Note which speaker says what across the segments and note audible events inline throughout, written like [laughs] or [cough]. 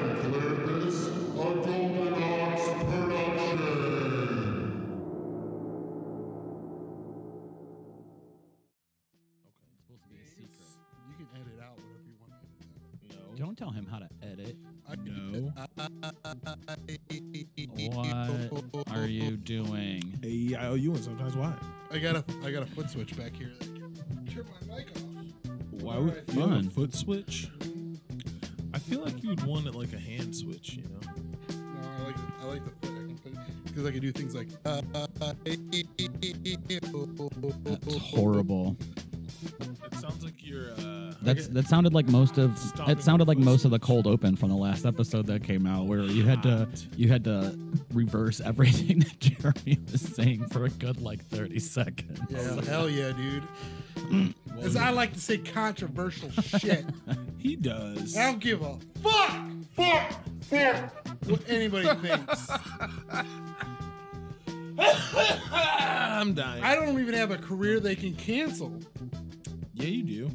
Speaker 1: Atlantis, a Golden Ox production.
Speaker 2: It's supposed to be a secret.
Speaker 3: You can edit out whatever you want.
Speaker 2: No.
Speaker 4: Don't tell him how to edit.
Speaker 2: No. [laughs] What are you doing?
Speaker 5: A E I O U and sometimes why?
Speaker 3: I got a I got a foot switch back here. that- Turn my mic off.
Speaker 5: Why
Speaker 3: Alright.
Speaker 5: would you have
Speaker 4: Fun.
Speaker 5: a foot switch? I feel like you'd want it like a hand switch, you know?
Speaker 3: No, I like I like the foot. I can put it because I can do things like. Uh, [laughs]
Speaker 4: That's horrible.
Speaker 5: It sounds like you're. Uh,
Speaker 4: That's that sounded like most of
Speaker 5: Stop
Speaker 4: it
Speaker 5: it.
Speaker 4: sounded like most of the cold open from the last episode that came out where you had to you had to reverse everything [laughs] that Jeremy was saying for a good like 30 seconds.
Speaker 3: Yeah, hell yeah, dude.
Speaker 5: well,
Speaker 3: As I like to say, controversial shit.
Speaker 5: he does.
Speaker 3: I don't give a fuck, fuck, fuck what
Speaker 4: [laughs]
Speaker 3: anybody thinks.
Speaker 5: [laughs] I'm dying.
Speaker 3: I don't even have a career they can cancel.
Speaker 5: yeah, you do.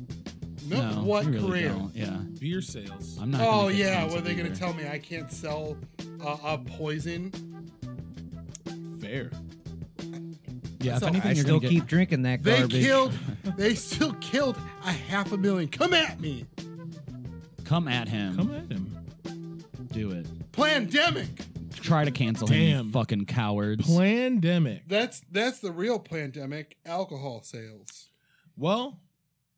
Speaker 3: No,
Speaker 4: No,
Speaker 3: what
Speaker 4: you really
Speaker 3: career?
Speaker 4: don't. Yeah.
Speaker 5: Beer sales.
Speaker 4: I'm not
Speaker 3: Oh
Speaker 4: gonna get
Speaker 3: yeah,
Speaker 4: canceled
Speaker 3: what are they gonna
Speaker 4: either.
Speaker 3: tell me? I can't sell uh, a poison.
Speaker 5: fair.
Speaker 4: Yeah, if
Speaker 3: So
Speaker 4: anything
Speaker 6: I
Speaker 4: you're
Speaker 6: still
Speaker 4: gonna
Speaker 6: keep drinking that
Speaker 3: They
Speaker 6: garbage.
Speaker 4: [laughs]
Speaker 3: killed. They still killed a half a million. Come at me,
Speaker 4: get, come at him.
Speaker 5: Come at him.
Speaker 4: Do it.
Speaker 3: pandemic.
Speaker 4: Try to cancel him, you
Speaker 5: Damn.
Speaker 4: fucking cowards.
Speaker 5: Pandemic.
Speaker 3: That's that's the real pandemic. Alcohol sales.
Speaker 5: Well,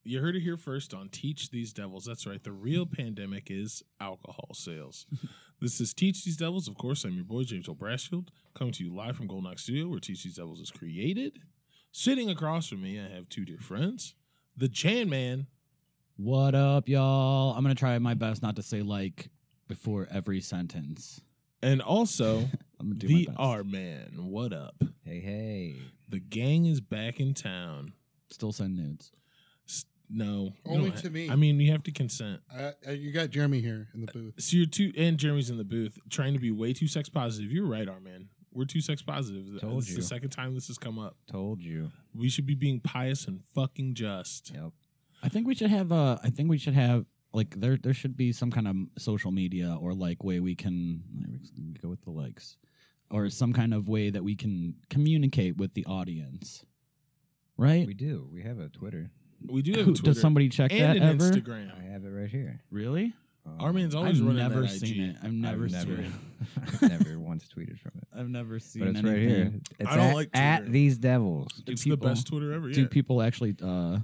Speaker 5: you heard it here first on Teach These Devils. That's right. The real pandemic is alcohol sales. this is Teach These Devils. Of course, I'm your boy, James O'Brashfield, coming to you live from Golden Ox Studio, where Teach These Devils is created. Sitting across from me, I have two dear friends, the Chan Man.
Speaker 4: What up, y'all? I'm gonna try my best not to say like before every sentence.
Speaker 5: And also
Speaker 4: I'm gonna do
Speaker 5: the
Speaker 4: my best.
Speaker 5: R Man. What up?
Speaker 6: Hey, hey.
Speaker 5: The gang is back in town.
Speaker 4: Still send nudes.
Speaker 5: S- No, you
Speaker 3: Only
Speaker 5: don't
Speaker 3: to
Speaker 5: ha-
Speaker 3: me.
Speaker 5: I mean, you have to consent.
Speaker 3: Uh, uh, you got Jeremy here in the booth.
Speaker 5: So you're too, and Jeremy's in the booth trying to be way too sex positive. You're right, Arman. We're too sex positive.
Speaker 6: Told
Speaker 5: this is
Speaker 6: you.
Speaker 5: the second time this has come up.
Speaker 6: Told you.
Speaker 5: We should be being pious and fucking just.
Speaker 6: Yep.
Speaker 4: I think we should have uh I think we should have like there there should be some kind of social media or like way we can like, go with the likes or some kind of way that we can communicate with the audience. Right?
Speaker 6: We do. We have a Twitter.
Speaker 5: We
Speaker 6: [laughs]
Speaker 5: do have
Speaker 4: Who-
Speaker 5: a Twitter
Speaker 4: Does somebody check
Speaker 5: and
Speaker 4: that
Speaker 5: an
Speaker 4: ever?
Speaker 6: I
Speaker 5: Instagram.
Speaker 6: have it right here.
Speaker 4: Really?
Speaker 6: Um,
Speaker 5: Armin's always
Speaker 4: I've
Speaker 5: running
Speaker 4: never
Speaker 5: that
Speaker 4: seen
Speaker 5: IG.
Speaker 4: it. I've never,
Speaker 6: I've
Speaker 4: seen
Speaker 6: [laughs] never,
Speaker 4: it.
Speaker 6: I've never once tweeted from
Speaker 5: [laughs]
Speaker 6: it.
Speaker 4: I've never seen
Speaker 6: But it's right
Speaker 4: anything.
Speaker 6: here. It's
Speaker 5: I don't
Speaker 6: at,
Speaker 5: like
Speaker 6: at
Speaker 5: Twitter.
Speaker 6: these devils.
Speaker 4: Do
Speaker 5: it's
Speaker 4: people-
Speaker 5: the best Twitter ever.
Speaker 4: Do
Speaker 5: Yeah.
Speaker 4: people actually uh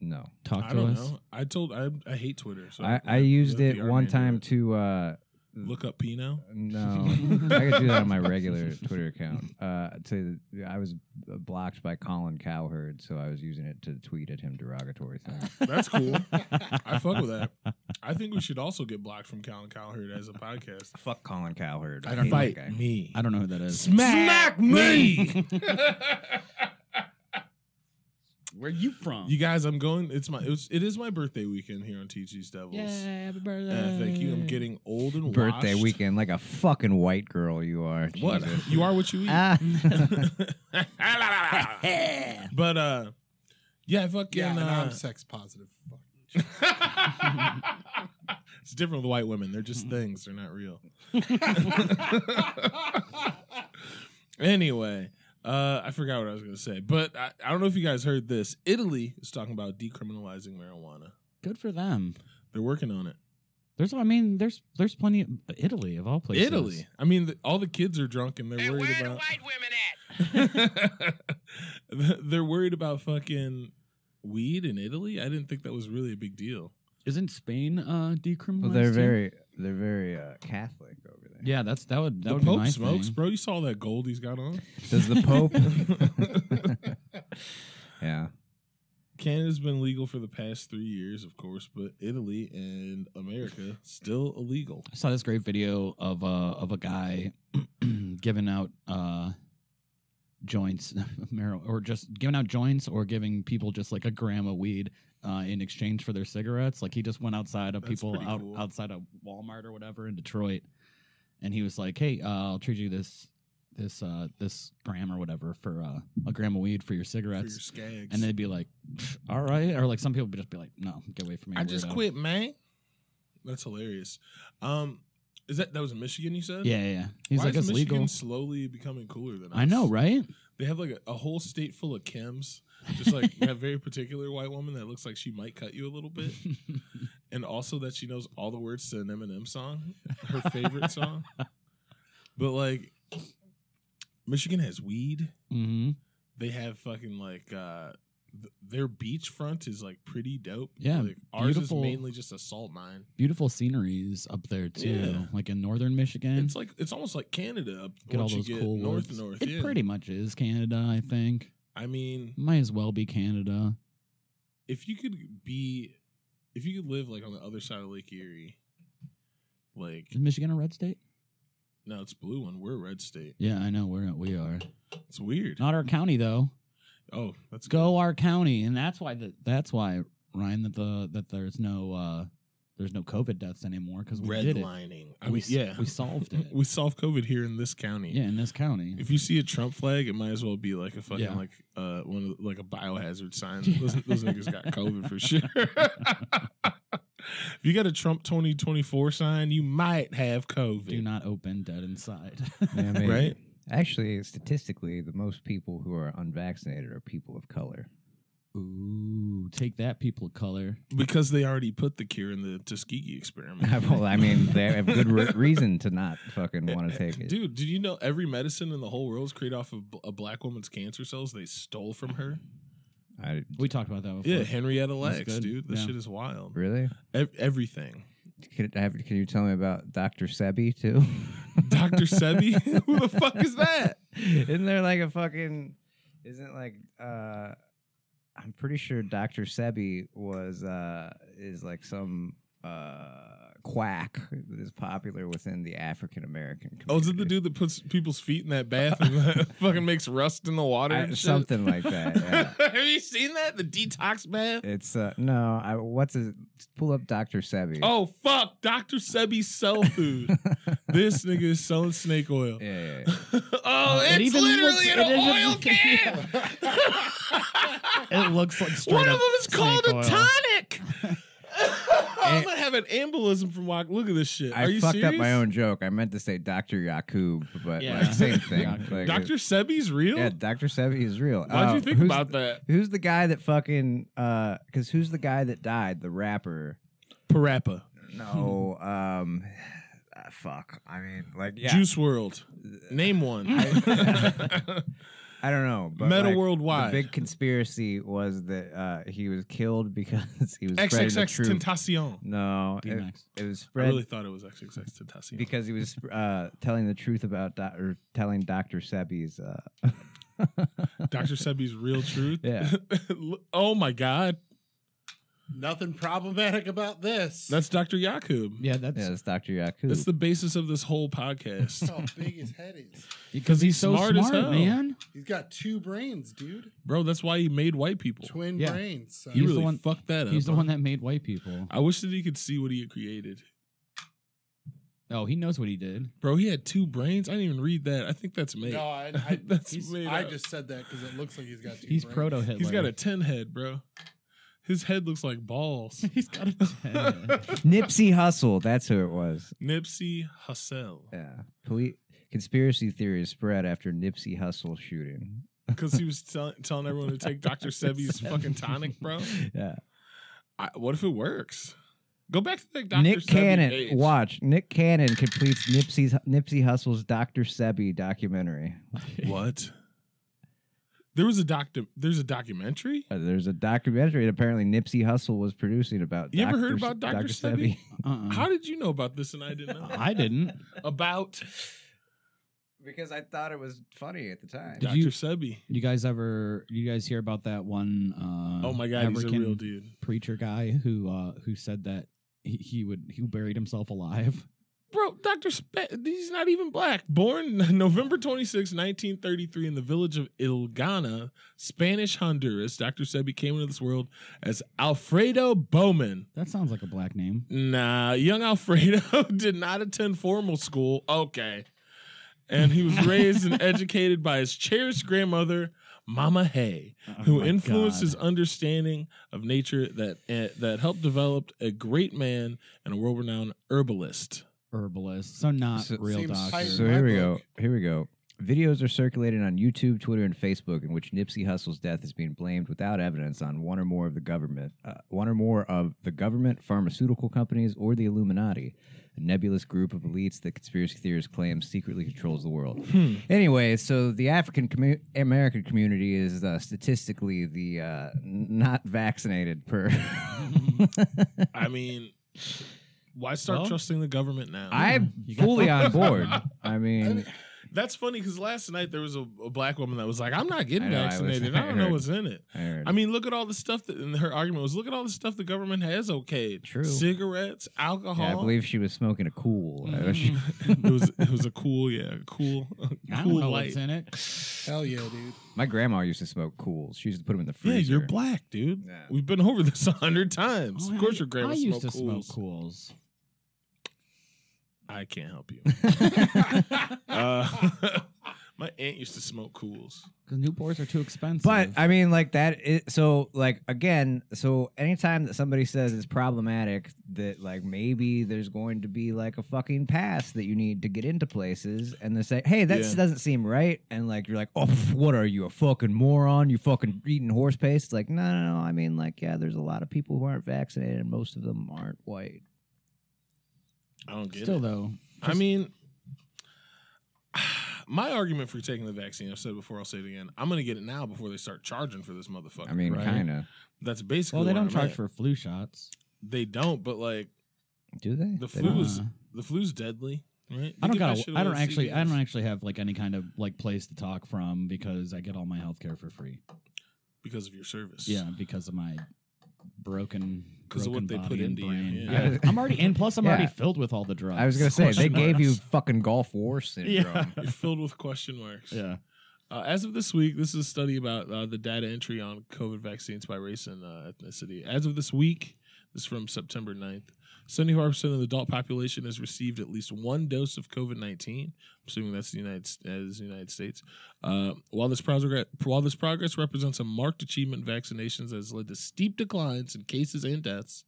Speaker 6: No.
Speaker 4: talk
Speaker 5: I
Speaker 4: to
Speaker 5: don't
Speaker 4: us?
Speaker 5: know. I told I, I hate Twitter. So
Speaker 6: I, I
Speaker 5: let-
Speaker 6: used
Speaker 5: let
Speaker 6: it
Speaker 5: the
Speaker 6: one
Speaker 5: Arman do
Speaker 6: time
Speaker 5: it.
Speaker 6: to uh
Speaker 5: look up Pino.
Speaker 6: no. I could do that on
Speaker 5: [laughs]
Speaker 6: my regular Twitter account. Uh to I was blocked by Colin Cowherd, so I was using it to tweet at him derogatory things.
Speaker 5: That's cool.
Speaker 4: [laughs]
Speaker 5: I fuck with
Speaker 6: [laughs]
Speaker 5: that. I think we should also get blocked from Colin Cowherd as a podcast.
Speaker 6: Fuck Colin Cowherd.
Speaker 3: I don't
Speaker 6: hate that
Speaker 5: Fight
Speaker 6: guy.
Speaker 5: me.
Speaker 4: I don't know who that is.
Speaker 5: Smack, me.
Speaker 4: Where you from?
Speaker 5: you guys, I'm going. It's my. It, was, it is my birthday weekend here on Teach These Devils.
Speaker 4: happy birthday.
Speaker 5: Uh, thank you. I'm getting old and
Speaker 6: birthday
Speaker 5: washed.
Speaker 6: weekend like a fucking white girl you are.
Speaker 5: What
Speaker 6: Jesus.
Speaker 5: you are, what you eat.
Speaker 6: [laughs] Ah.
Speaker 5: [laughs] but uh, yeah, fucking.
Speaker 3: Yeah, and
Speaker 5: uh,
Speaker 3: I'm sex positive. Fuck.
Speaker 5: [laughs] it's different with white women. They're just things. They're not real. anyway, uh, I forgot what I was going to say, but I, I don't know if you guys heard this. Italy is talking about decriminalizing marijuana.
Speaker 4: Good for them.
Speaker 5: They're working on it.
Speaker 4: There's, I mean, there's, there's plenty of Italy of all places.
Speaker 5: Italy. I mean, the, all the kids are drunk and they're worried about. [laughs] they're worried about fucking weed in Italy. I didn't think that was really a big deal.
Speaker 4: Isn't Spain uh, decriminalized?
Speaker 6: Well, Oh,
Speaker 5: [laughs]
Speaker 6: they're
Speaker 4: too?
Speaker 6: very they're very uh, Catholic over there.
Speaker 4: Yeah, that's that would that
Speaker 5: the
Speaker 4: would
Speaker 5: Pope
Speaker 4: be my
Speaker 5: smokes,
Speaker 4: thing.
Speaker 5: bro. You saw that gold he's got on.
Speaker 6: Does the
Speaker 5: [laughs]
Speaker 6: Pope? yeah.
Speaker 5: Canada's been legal for the past three years, of course, but Italy and America still illegal.
Speaker 4: I saw this great video of uh of a guy [clears throat] giving out uh joints, [laughs] marijuana, or just giving out joints, or giving people just like a gram of weed. Uh, in exchange for their cigarettes, like he just went outside of
Speaker 5: That's
Speaker 4: people
Speaker 5: pretty
Speaker 4: out
Speaker 5: cool.
Speaker 4: outside of Walmart or whatever in Detroit, and he was like, "Hey, uh, I'll trade you this this uh, this gram or whatever for uh, a gram of weed for your cigarettes."
Speaker 5: for your skags.
Speaker 4: and they'd be like, "Pff, "All right," or like some people would just be like, "No, get away from me."
Speaker 5: I just
Speaker 4: weirdo."
Speaker 5: quit, man. That's hilarious. Um, Is that that was in Michigan? You said.
Speaker 4: Yeah, yeah, yeah. He's
Speaker 5: Why
Speaker 4: like,
Speaker 5: is
Speaker 4: it's
Speaker 5: Michigan
Speaker 4: legal.
Speaker 5: slowly becoming cooler than us?
Speaker 4: I know, right?
Speaker 5: They have like a, a whole state full of Kims, just like that very particular white woman that looks like she might cut you a little bit, and also that she knows all the words to an Eminem song, her
Speaker 4: [laughs]
Speaker 5: favorite song. But like, Michigan has weed.
Speaker 4: [laughs] Mm-hmm.
Speaker 5: They have fucking like uh, th- their beachfront is like pretty dope.
Speaker 4: Yeah,
Speaker 5: like, ours is
Speaker 4: beautiful.
Speaker 5: mainly just a salt mine.
Speaker 4: Beautiful sceneries up there too,
Speaker 5: Yeah.
Speaker 4: like in northern Michigan.
Speaker 5: It's like it's almost like Canada up
Speaker 4: get all
Speaker 5: once
Speaker 4: those
Speaker 5: you get
Speaker 4: cool
Speaker 5: north
Speaker 4: woods.
Speaker 5: north.
Speaker 4: It
Speaker 5: yeah.
Speaker 4: pretty much is Canada, I think.
Speaker 5: I mean,
Speaker 4: Might as well be Canada.
Speaker 5: if you could be, if you could live like on the other side of Lake Erie, like
Speaker 4: Is Michigan a red state?
Speaker 5: no, it's blue and we're a red state.
Speaker 4: Yeah, I know we're we are
Speaker 5: It's weird.
Speaker 4: not our county though.
Speaker 5: Oh, that's
Speaker 4: Uh, Go our county, and that's why the, that's why Ryan that the that there's no uh there's no COVID deaths anymore because we did it.
Speaker 5: redlining. I
Speaker 4: we
Speaker 5: mean,
Speaker 4: s-
Speaker 5: yeah, [laughs]
Speaker 4: we solved it.
Speaker 5: we solved COVID here in this county.
Speaker 4: yeah, in this county.
Speaker 5: If you see a Trump flag, it might as well be like a fucking
Speaker 4: Yeah.
Speaker 5: like uh one of the- like a biohazard sign.
Speaker 4: Yeah.
Speaker 5: Those, those niggas got COVID
Speaker 4: [laughs]
Speaker 5: for sure. [laughs] if you got a Trump twenty twenty four sign, you might have COVID.
Speaker 4: Do not open dead
Speaker 5: [laughs]
Speaker 4: inside.
Speaker 6: Yeah, maybe.
Speaker 5: Right?
Speaker 6: Actually, statistically, the most people who are unvaccinated are people of
Speaker 5: [laughs]
Speaker 6: color. [laughs]
Speaker 4: Ooh, take that, people of color.
Speaker 5: because they already put the cure in the
Speaker 4: [laughs]
Speaker 5: Tuskegee experiment. [laughs]
Speaker 6: well, I mean, they have good re- reason to not fucking want to take it.
Speaker 5: Dude, did you know every medicine in the whole world is created off of b- a black woman's cancer cells they stole from her?
Speaker 6: I,
Speaker 4: We talked about that before.
Speaker 5: Yeah, Henrietta Lacks,
Speaker 4: good.
Speaker 5: dude. This
Speaker 4: Yeah.
Speaker 5: shit is wild.
Speaker 6: really?
Speaker 5: Ev- everything.
Speaker 6: Could, have, can you tell me about Dr. Sebi,
Speaker 5: [laughs]
Speaker 6: too?
Speaker 5: Dr.
Speaker 6: [laughs]
Speaker 5: Sebi? Who the fuck is that?
Speaker 6: Isn't there like a fucking. Isn't like. uh I'm pretty sure Dr. Sebi was. uh Is like some. uh Quack that is popular within the African American community.
Speaker 5: Oh, is it the dude that puts people's feet in that bath and [laughs] fucking makes rust in the water?
Speaker 6: I-
Speaker 5: and shit?
Speaker 6: something like that.
Speaker 5: [laughs]
Speaker 6: yeah.
Speaker 5: Have you seen that? The detox bath?
Speaker 6: It's uh no, I what's his pull up Dr. Sebi.
Speaker 5: Oh, fuck. Dr. Sebi's cell
Speaker 6: [laughs]
Speaker 5: food. this nigga is selling snake oil.
Speaker 6: Yeah, yeah, yeah.
Speaker 5: [laughs] oh,
Speaker 4: it
Speaker 5: it's
Speaker 4: even looks-
Speaker 5: literally in
Speaker 4: it
Speaker 5: an
Speaker 4: even-
Speaker 6: [laughs]
Speaker 5: oil can.
Speaker 4: It looks
Speaker 5: [laughs]
Speaker 4: like straight
Speaker 5: One of
Speaker 4: up
Speaker 5: them is called
Speaker 4: snake
Speaker 5: a
Speaker 4: oil.
Speaker 6: [laughs]
Speaker 5: tonic. [laughs] I'm gonna have an embolism from walk. Look at this shit. Are
Speaker 6: I
Speaker 5: you
Speaker 6: fucked
Speaker 5: serious?
Speaker 6: up my own joke. I meant to say Dr. Yakub, but
Speaker 4: Yeah.
Speaker 5: [laughs]
Speaker 6: like same thing.
Speaker 4: Yakub.
Speaker 6: Like,
Speaker 5: Dr. Sebi's real.
Speaker 6: Yeah, Dr. Sebi is real.
Speaker 5: Why'd you
Speaker 6: Uh,
Speaker 5: think
Speaker 6: who's-
Speaker 5: about that?
Speaker 6: Who's the guy that fucking uh cuz who's the guy that died, the rapper?
Speaker 5: Parappa,
Speaker 6: No,
Speaker 5: Hmm.
Speaker 6: um ah, fuck. I mean, like yeah.
Speaker 5: Juice World. Name one. [laughs]
Speaker 6: I [laughs] don't know, but
Speaker 5: Meta
Speaker 6: like,
Speaker 5: worldwide.
Speaker 6: The big conspiracy was that uh he was killed because [laughs] he was spreading the
Speaker 5: XXX
Speaker 6: truth.
Speaker 5: Tentacion.
Speaker 6: No, it,
Speaker 4: D-Max.
Speaker 6: it was
Speaker 5: I
Speaker 6: spread
Speaker 5: really thought it was XXX Tentacion.
Speaker 6: because he was uh, telling the truth about doc- or telling Doctor Sebi's. Uh,
Speaker 5: Dr. Sebi's real truth.
Speaker 6: Yeah.
Speaker 5: [laughs] oh my God,
Speaker 3: Nothing problematic about this.
Speaker 5: that's Dr. Yakub.
Speaker 4: Yeah, that's
Speaker 6: yeah, it's Doctor Yaku.
Speaker 5: That's the basis of this
Speaker 3: [laughs]
Speaker 5: whole podcast,
Speaker 3: how big his head is.
Speaker 4: because he's, so smart,
Speaker 5: smart as hell.
Speaker 4: man.
Speaker 3: He's got two brains, dude.
Speaker 5: bro. That's why he made white people.
Speaker 3: Twin uh,
Speaker 4: Yeah.
Speaker 3: brains. son.
Speaker 5: You
Speaker 4: He's the
Speaker 5: really
Speaker 4: one-
Speaker 5: fucked that up.
Speaker 4: He's the
Speaker 5: huh?
Speaker 4: one that made white people.
Speaker 5: I wish that he could see what he had created.
Speaker 4: Oh, he knows what he did.
Speaker 5: Bro, he had two brains. I didn't even read that. I think that's made.
Speaker 3: no, I, I,
Speaker 5: [laughs] That's
Speaker 3: he's-
Speaker 5: made
Speaker 3: I
Speaker 5: up.
Speaker 3: just said that because it looks like he's got two
Speaker 4: He's
Speaker 3: brains.
Speaker 4: proto Hitler. [laughs]
Speaker 5: He's got a ten head, bro. His head looks
Speaker 4: [laughs]
Speaker 5: like balls.
Speaker 4: he's got a ten.
Speaker 6: Nipsey [laughs] Hussle. That's who it was.
Speaker 5: Nipsey Hussle,
Speaker 6: Yeah, Poli- conspiracy theories spread after Nipsey Hussle shooting.
Speaker 5: because he was tell- telling everyone to take Dr. Sebi's fucking tonic, bro.
Speaker 6: Yeah,
Speaker 5: I, what if it works? Go back to that Dr.
Speaker 6: Nick
Speaker 5: Sebi
Speaker 6: Cannon.
Speaker 5: page.
Speaker 6: [laughs] Watch Nick Cannon completes Nipsey's Nipsey Hussle's Doctor Sebi documentary.
Speaker 5: What? There was a doctor. There's a documentary.
Speaker 6: Uh, There's a documentary that apparently Nipsey Hussle was producing about.
Speaker 5: You ever heard
Speaker 6: Se-
Speaker 5: about Dr. Sebi?
Speaker 4: Uh-uh.
Speaker 5: How did you know about this and I
Speaker 4: [laughs]
Speaker 5: didn't know
Speaker 4: I didn't.
Speaker 5: about
Speaker 6: Because I thought it was funny at the time.
Speaker 5: Dr.
Speaker 4: you-
Speaker 5: Sebi?
Speaker 4: You guys ever? You guys hear about that one? Uh,
Speaker 5: Oh my god, he's a
Speaker 4: African
Speaker 5: real dude.
Speaker 4: preacher guy who uh, who said that he, he would he buried himself alive. [laughs]
Speaker 5: Bro, Dr. Spe- he's not even black. Born [laughs] November 26, 1933, in the village of Ilgana, Spanish Honduras, Dr. Sebi came into this world as Alfredo Bowman.
Speaker 4: That sounds like a black name.
Speaker 5: Nah, young Alfredo [laughs] did not attend formal school. Okay. And he was raised and educated by his cherished grandmother, Mama Hay, who
Speaker 4: Oh my
Speaker 5: influenced
Speaker 4: God.
Speaker 5: his understanding of nature that, eh, that helped develop a great man and a world renowned herbalist.
Speaker 4: herbalists, so not
Speaker 6: So-
Speaker 4: real
Speaker 3: Seems
Speaker 4: doctors.
Speaker 6: So
Speaker 3: My
Speaker 6: here we
Speaker 3: book.
Speaker 6: go. Here we go. Videos are circulated on YouTube, Twitter, and Facebook in which Nipsey Hussle's death is being blamed without evidence on one or more of the government, uh, one or more of the government, pharmaceutical companies, or the Illuminati, a nebulous group of elites that conspiracy theorists claim secretly controls the world. Anyway, so the African commu- American community is uh, statistically the uh, n- not vaccinated per. [laughs]
Speaker 4: [laughs]
Speaker 5: I mean, why start
Speaker 4: Well-
Speaker 5: trusting the government now?
Speaker 6: I'm
Speaker 4: You got-
Speaker 6: fully on board. I mean,
Speaker 5: That's funny because last night there was a, a black woman that was like, "I'm not
Speaker 6: I
Speaker 5: getting
Speaker 6: know, I was-
Speaker 5: vaccinated. I,
Speaker 6: I
Speaker 5: don't know
Speaker 6: heard.
Speaker 5: what's in it."
Speaker 6: I heard-
Speaker 5: I mean, look at all the stuff that, and her argument was, look at all the stuff the government has okayed.
Speaker 6: True.
Speaker 5: Cigarettes, alcohol.
Speaker 6: yeah, I believe she was smoking a cool. I
Speaker 5: [laughs]
Speaker 6: wish-
Speaker 5: Mm. it
Speaker 4: [laughs]
Speaker 5: was it was a cool, yeah, cool,
Speaker 4: I don't
Speaker 5: cool
Speaker 4: know
Speaker 5: light.
Speaker 4: what's in it.
Speaker 3: Hell yeah, dude.
Speaker 6: [laughs] My grandma used to smoke cools. She used to put them in the
Speaker 5: Yeah,
Speaker 6: freezer.
Speaker 5: you're black, dude.
Speaker 6: Yeah.
Speaker 5: We've been over this a hundred times.
Speaker 4: Oh,
Speaker 5: of course,
Speaker 4: I-
Speaker 5: your grandma
Speaker 4: I used to
Speaker 5: smoked cools.
Speaker 4: smoke cools.
Speaker 5: I can't
Speaker 4: [laughs]
Speaker 5: help you. uh, [laughs] my aunt used to smoke cools.
Speaker 4: Because Newports are too expensive.
Speaker 6: But I mean, like that. Is, so, like again, so anytime that somebody says it's problematic, that like maybe there's going to be like a fucking pass that you need to get into places, and they say, "Hey, that
Speaker 5: Yeah.
Speaker 6: doesn't seem right," and like you're like, "Oh, pff, what are you, a fucking moron? You fucking eating horse paste?" Like, no, no, no. I mean, like, yeah, there's a lot of people who aren't vaccinated, and most of them aren't white.
Speaker 5: I don't get
Speaker 4: still
Speaker 5: it.
Speaker 4: though,
Speaker 5: I mean, [sighs] my argument for taking the vaccine, I've said it before, I'll say it again. I'm going to get it now before they start charging for this motherfucker.
Speaker 6: I mean,
Speaker 4: Right.
Speaker 6: kind of.
Speaker 5: that's basically.
Speaker 4: well, they
Speaker 5: where
Speaker 4: don't
Speaker 5: I'm
Speaker 4: charge
Speaker 5: at.
Speaker 4: for flu shots.
Speaker 5: They don't, but like
Speaker 6: Do they?
Speaker 5: the
Speaker 6: They
Speaker 5: flu
Speaker 6: don't.
Speaker 5: is
Speaker 4: Uh.
Speaker 5: the flu's deadly, right?
Speaker 4: I don't
Speaker 5: They give that
Speaker 4: got.
Speaker 5: shit
Speaker 4: I don't
Speaker 5: away at
Speaker 4: actually. I
Speaker 5: CVS.
Speaker 4: don't actually have like any kind of like place to talk from because I get all my health care for free.
Speaker 5: because of your service.
Speaker 4: Yeah, because of my broken.
Speaker 5: 'Cause of
Speaker 4: broken
Speaker 5: what they
Speaker 4: body
Speaker 5: put
Speaker 4: and
Speaker 5: into you,
Speaker 4: brain.
Speaker 5: yeah.
Speaker 6: Yeah.
Speaker 4: I'm already and plus I'm
Speaker 6: Yeah.
Speaker 4: already filled with all the drugs.
Speaker 6: I was gonna say they
Speaker 4: Question
Speaker 6: gave you
Speaker 4: marks.
Speaker 6: fucking
Speaker 5: [laughs]
Speaker 6: Gulf War syndrome.
Speaker 5: You're filled with question marks.
Speaker 4: Yeah.
Speaker 5: Uh, as of this week, this is a study about uh, the data entry on COVID vaccines by race and uh, ethnicity. As of this week, this is from September 9th, 75% of the adult population has received at least one dose of COVID 19, assuming that's the United, as the United States. Uh, while, this progress, while this progress represents a marked achievement, vaccinations has led to steep declines in cases and deaths.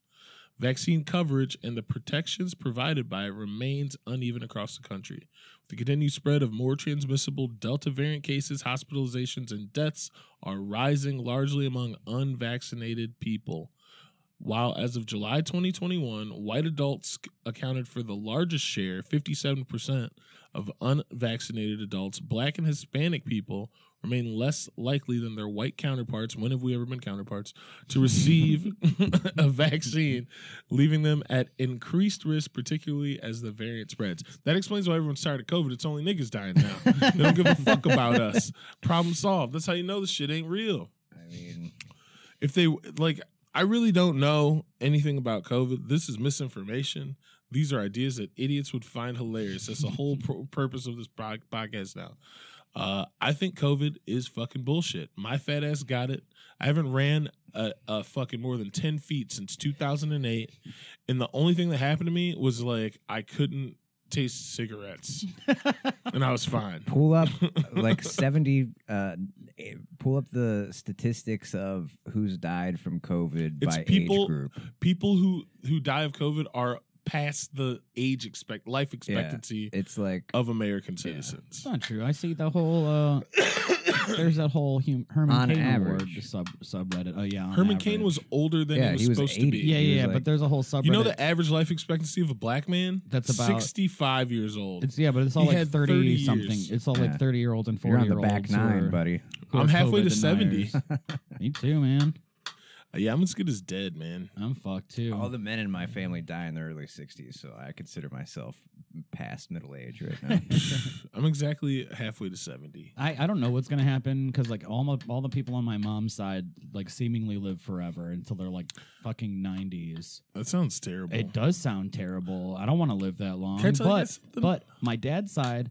Speaker 5: Vaccine coverage and the protections provided by it remains uneven across the country. The continued spread of more transmissible Delta variant cases, hospitalizations, and deaths are rising largely among unvaccinated people. While as of July 2021, white adults c- accounted for the largest share, 57% of unvaccinated adults, black and Hispanic people remain less likely than their white counterparts. When have we ever been counterparts? To receive [laughs] a vaccine, leaving them at increased risk, particularly as the variant spreads. That explains why everyone's tired of COVID. It's only niggas dying now. they don't give a fuck about us. Problem solved. That's how you know this shit ain't real
Speaker 6: I mean,
Speaker 5: if they like i really don't know anything about covid this is misinformation these are ideas that idiots would find hilarious that's the whole pro- purpose of this pro- podcast now uh, i think covid is fucking bullshit my fat ass got it i haven't ran a, a fucking more than 10 feet since 2008 and the only thing that happened to me was like i couldn't taste cigarettes and i was fine
Speaker 6: pull up
Speaker 5: [laughs]
Speaker 6: like 70 uh eh, pull up the statistics of who's died from covid
Speaker 5: It's
Speaker 6: by
Speaker 5: people-
Speaker 6: age group
Speaker 5: people who who die of covid are past the age expect life expectancy
Speaker 6: it's like
Speaker 5: of American citizens.
Speaker 4: It's not true. I see the whole. uh [coughs] There's that whole hum- Herman
Speaker 6: On
Speaker 4: Cain award
Speaker 6: average.
Speaker 4: sub subreddit. Oh yeah, on
Speaker 5: Herman
Speaker 4: average.
Speaker 5: Cain was older than
Speaker 6: Yeah,
Speaker 5: he was
Speaker 6: he was
Speaker 5: supposed to
Speaker 6: 80.
Speaker 5: be.
Speaker 4: Yeah,
Speaker 6: He was
Speaker 4: yeah,
Speaker 6: like-
Speaker 4: but there's a whole subreddit.
Speaker 5: You know the average life expectancy of a black man?
Speaker 4: That's about-
Speaker 5: 65 years old.
Speaker 4: It's yeah, but it's all
Speaker 5: He
Speaker 4: like
Speaker 5: had
Speaker 4: thirty,
Speaker 5: 30
Speaker 4: something.
Speaker 5: years.
Speaker 4: It's all
Speaker 6: Yeah.
Speaker 4: like thirty year olds and
Speaker 6: you're
Speaker 4: forty
Speaker 6: on
Speaker 4: year
Speaker 6: the
Speaker 4: olds.
Speaker 6: back nine buddy
Speaker 5: I'm halfway to 70.
Speaker 4: [laughs] Me too, man.
Speaker 5: yeah, I'm as good as dead, man.
Speaker 4: I'm fucked too.
Speaker 6: all the men in my family die in their early 60s so i consider myself past middle age
Speaker 5: [laughs]
Speaker 6: right now
Speaker 5: I'm exactly halfway to 70.
Speaker 4: I, I don't know what's gonna happen because like all my, all the people on my mom's side like seemingly live forever until they're like fucking nineties.
Speaker 5: That sounds terrible.
Speaker 4: It does sound terrible. I don't want to live that long.
Speaker 5: Can I tell you guys
Speaker 4: but
Speaker 5: something?
Speaker 4: but my dad's side,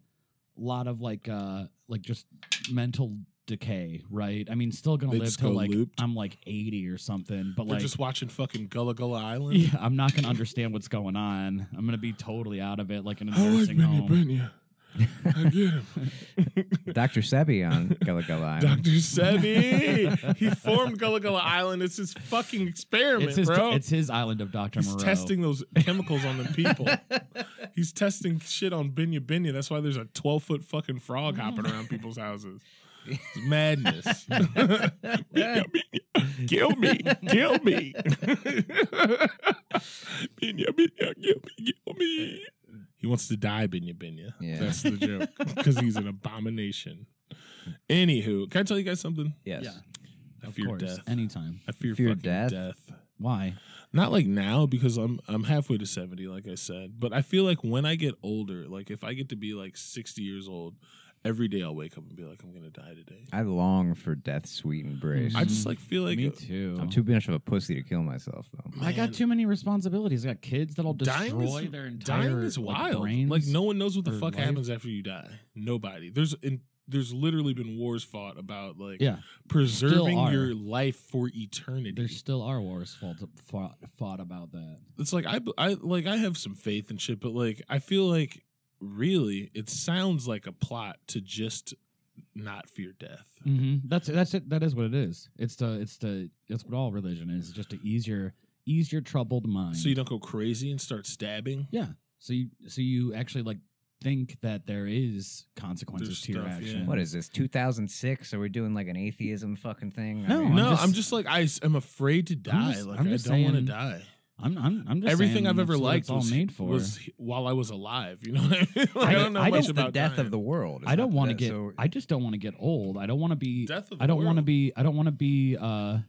Speaker 4: a lot of like uh like just mental decay, right? I mean, still gonna
Speaker 5: They
Speaker 4: live
Speaker 5: just
Speaker 4: till
Speaker 5: go
Speaker 4: like
Speaker 5: looped?
Speaker 4: I'm like eighty or something. But
Speaker 5: We're
Speaker 4: like
Speaker 5: just watching fucking Gullah Gullah Island.
Speaker 4: [laughs] yeah, I'm not gonna understand what's going on. I'm gonna be totally out of it, like in a
Speaker 5: [laughs] I like
Speaker 4: nursing
Speaker 5: Benny
Speaker 4: home.
Speaker 5: Benya. I
Speaker 4: [laughs]
Speaker 5: get him.
Speaker 6: dr sebi on gullah gullah
Speaker 5: [laughs]
Speaker 6: Island.
Speaker 4: [laughs]
Speaker 5: Dr. Sebi. he formed Gullah Gullah Island. It's his fucking experiment,
Speaker 4: It's his,
Speaker 5: bro.
Speaker 4: it's his island of Doctor
Speaker 5: He's
Speaker 6: [laughs]
Speaker 4: Moreau.
Speaker 5: testing those chemicals on the people. He's testing shit on Binya Binya. That's why there's a 12 foot fucking frog hopping around people's houses. It's
Speaker 6: [laughs]
Speaker 5: madness. Binya, Binya, kill me. Kill me. Binya Binya, kill me. Kill me. He wants to die, Binya Binya.
Speaker 6: Yeah.
Speaker 5: That's the joke. Because he's an abomination. Anywho, can I tell you guys something?
Speaker 6: Yes.
Speaker 4: Yeah.
Speaker 5: I
Speaker 4: Of
Speaker 5: fear
Speaker 4: course.
Speaker 5: death.
Speaker 4: Anytime.
Speaker 5: I fear,
Speaker 6: Fear
Speaker 5: fucking
Speaker 6: death?
Speaker 5: death.
Speaker 4: Why?
Speaker 5: Not like now because I'm I'm halfway to 70 like I said, but I feel like when I get older, like if I get to be like 60 years old, every day I'll wake up and be like I'm going to die today.
Speaker 6: I long for death's sweet embrace.
Speaker 5: Mm. I just like feel like uh,
Speaker 4: Me too.
Speaker 6: I'm too much of a pussy to kill myself though.
Speaker 4: I
Speaker 5: man,
Speaker 4: got too many responsibilities. I got kids that'll
Speaker 5: dying
Speaker 4: destroy
Speaker 5: is-
Speaker 4: their entire
Speaker 5: dying is
Speaker 4: like,
Speaker 5: wild. Like,
Speaker 4: brains.
Speaker 5: no one knows what the
Speaker 4: or
Speaker 5: fuck
Speaker 4: life.
Speaker 5: happens after you die. Nobody. There's in there's literally been wars fought about like
Speaker 4: Yeah.
Speaker 5: preserving
Speaker 4: are.
Speaker 5: your life for eternity.
Speaker 4: There still are wars fought, fought, fought about that.
Speaker 5: it's like I, I like I have some faith and shit, but like I feel like really it sounds like a plot to just not fear death.
Speaker 4: Mm-hmm. That's that's it. That is what it is. It's the it's the that's what all religion is. Just to ease your ease your troubled mind.
Speaker 5: So you don't go crazy and start stabbing.
Speaker 4: yeah. So you so you actually like think that there is consequences
Speaker 5: There's
Speaker 4: to your
Speaker 5: stuff, yeah.
Speaker 4: action.
Speaker 6: What is this? 2006? Are we doing like an atheism fucking thing? I
Speaker 4: No,
Speaker 6: mean,
Speaker 5: No, I'm
Speaker 4: just-
Speaker 5: just, like I am afraid to die.
Speaker 4: just-
Speaker 5: like
Speaker 4: I'm
Speaker 5: I
Speaker 4: just
Speaker 5: don't want to
Speaker 4: saying-
Speaker 5: die.
Speaker 4: I'm I'm, I'm just saying
Speaker 5: Everything I've ever
Speaker 4: that's what
Speaker 5: liked
Speaker 4: It's all
Speaker 5: was,
Speaker 4: made for.
Speaker 5: was while I was alive. You know what I mean? [laughs] Like, I,
Speaker 4: don't-
Speaker 5: don't know
Speaker 4: I
Speaker 5: much
Speaker 4: don't-
Speaker 6: it's
Speaker 5: about
Speaker 6: the death
Speaker 5: dying.
Speaker 6: of the world.
Speaker 4: I don't
Speaker 6: want
Speaker 4: want to get. I just don't want to get old. I don't want to be.
Speaker 5: death of the
Speaker 4: I don't want to
Speaker 5: [laughs] world.
Speaker 4: be. I don't want to be. uh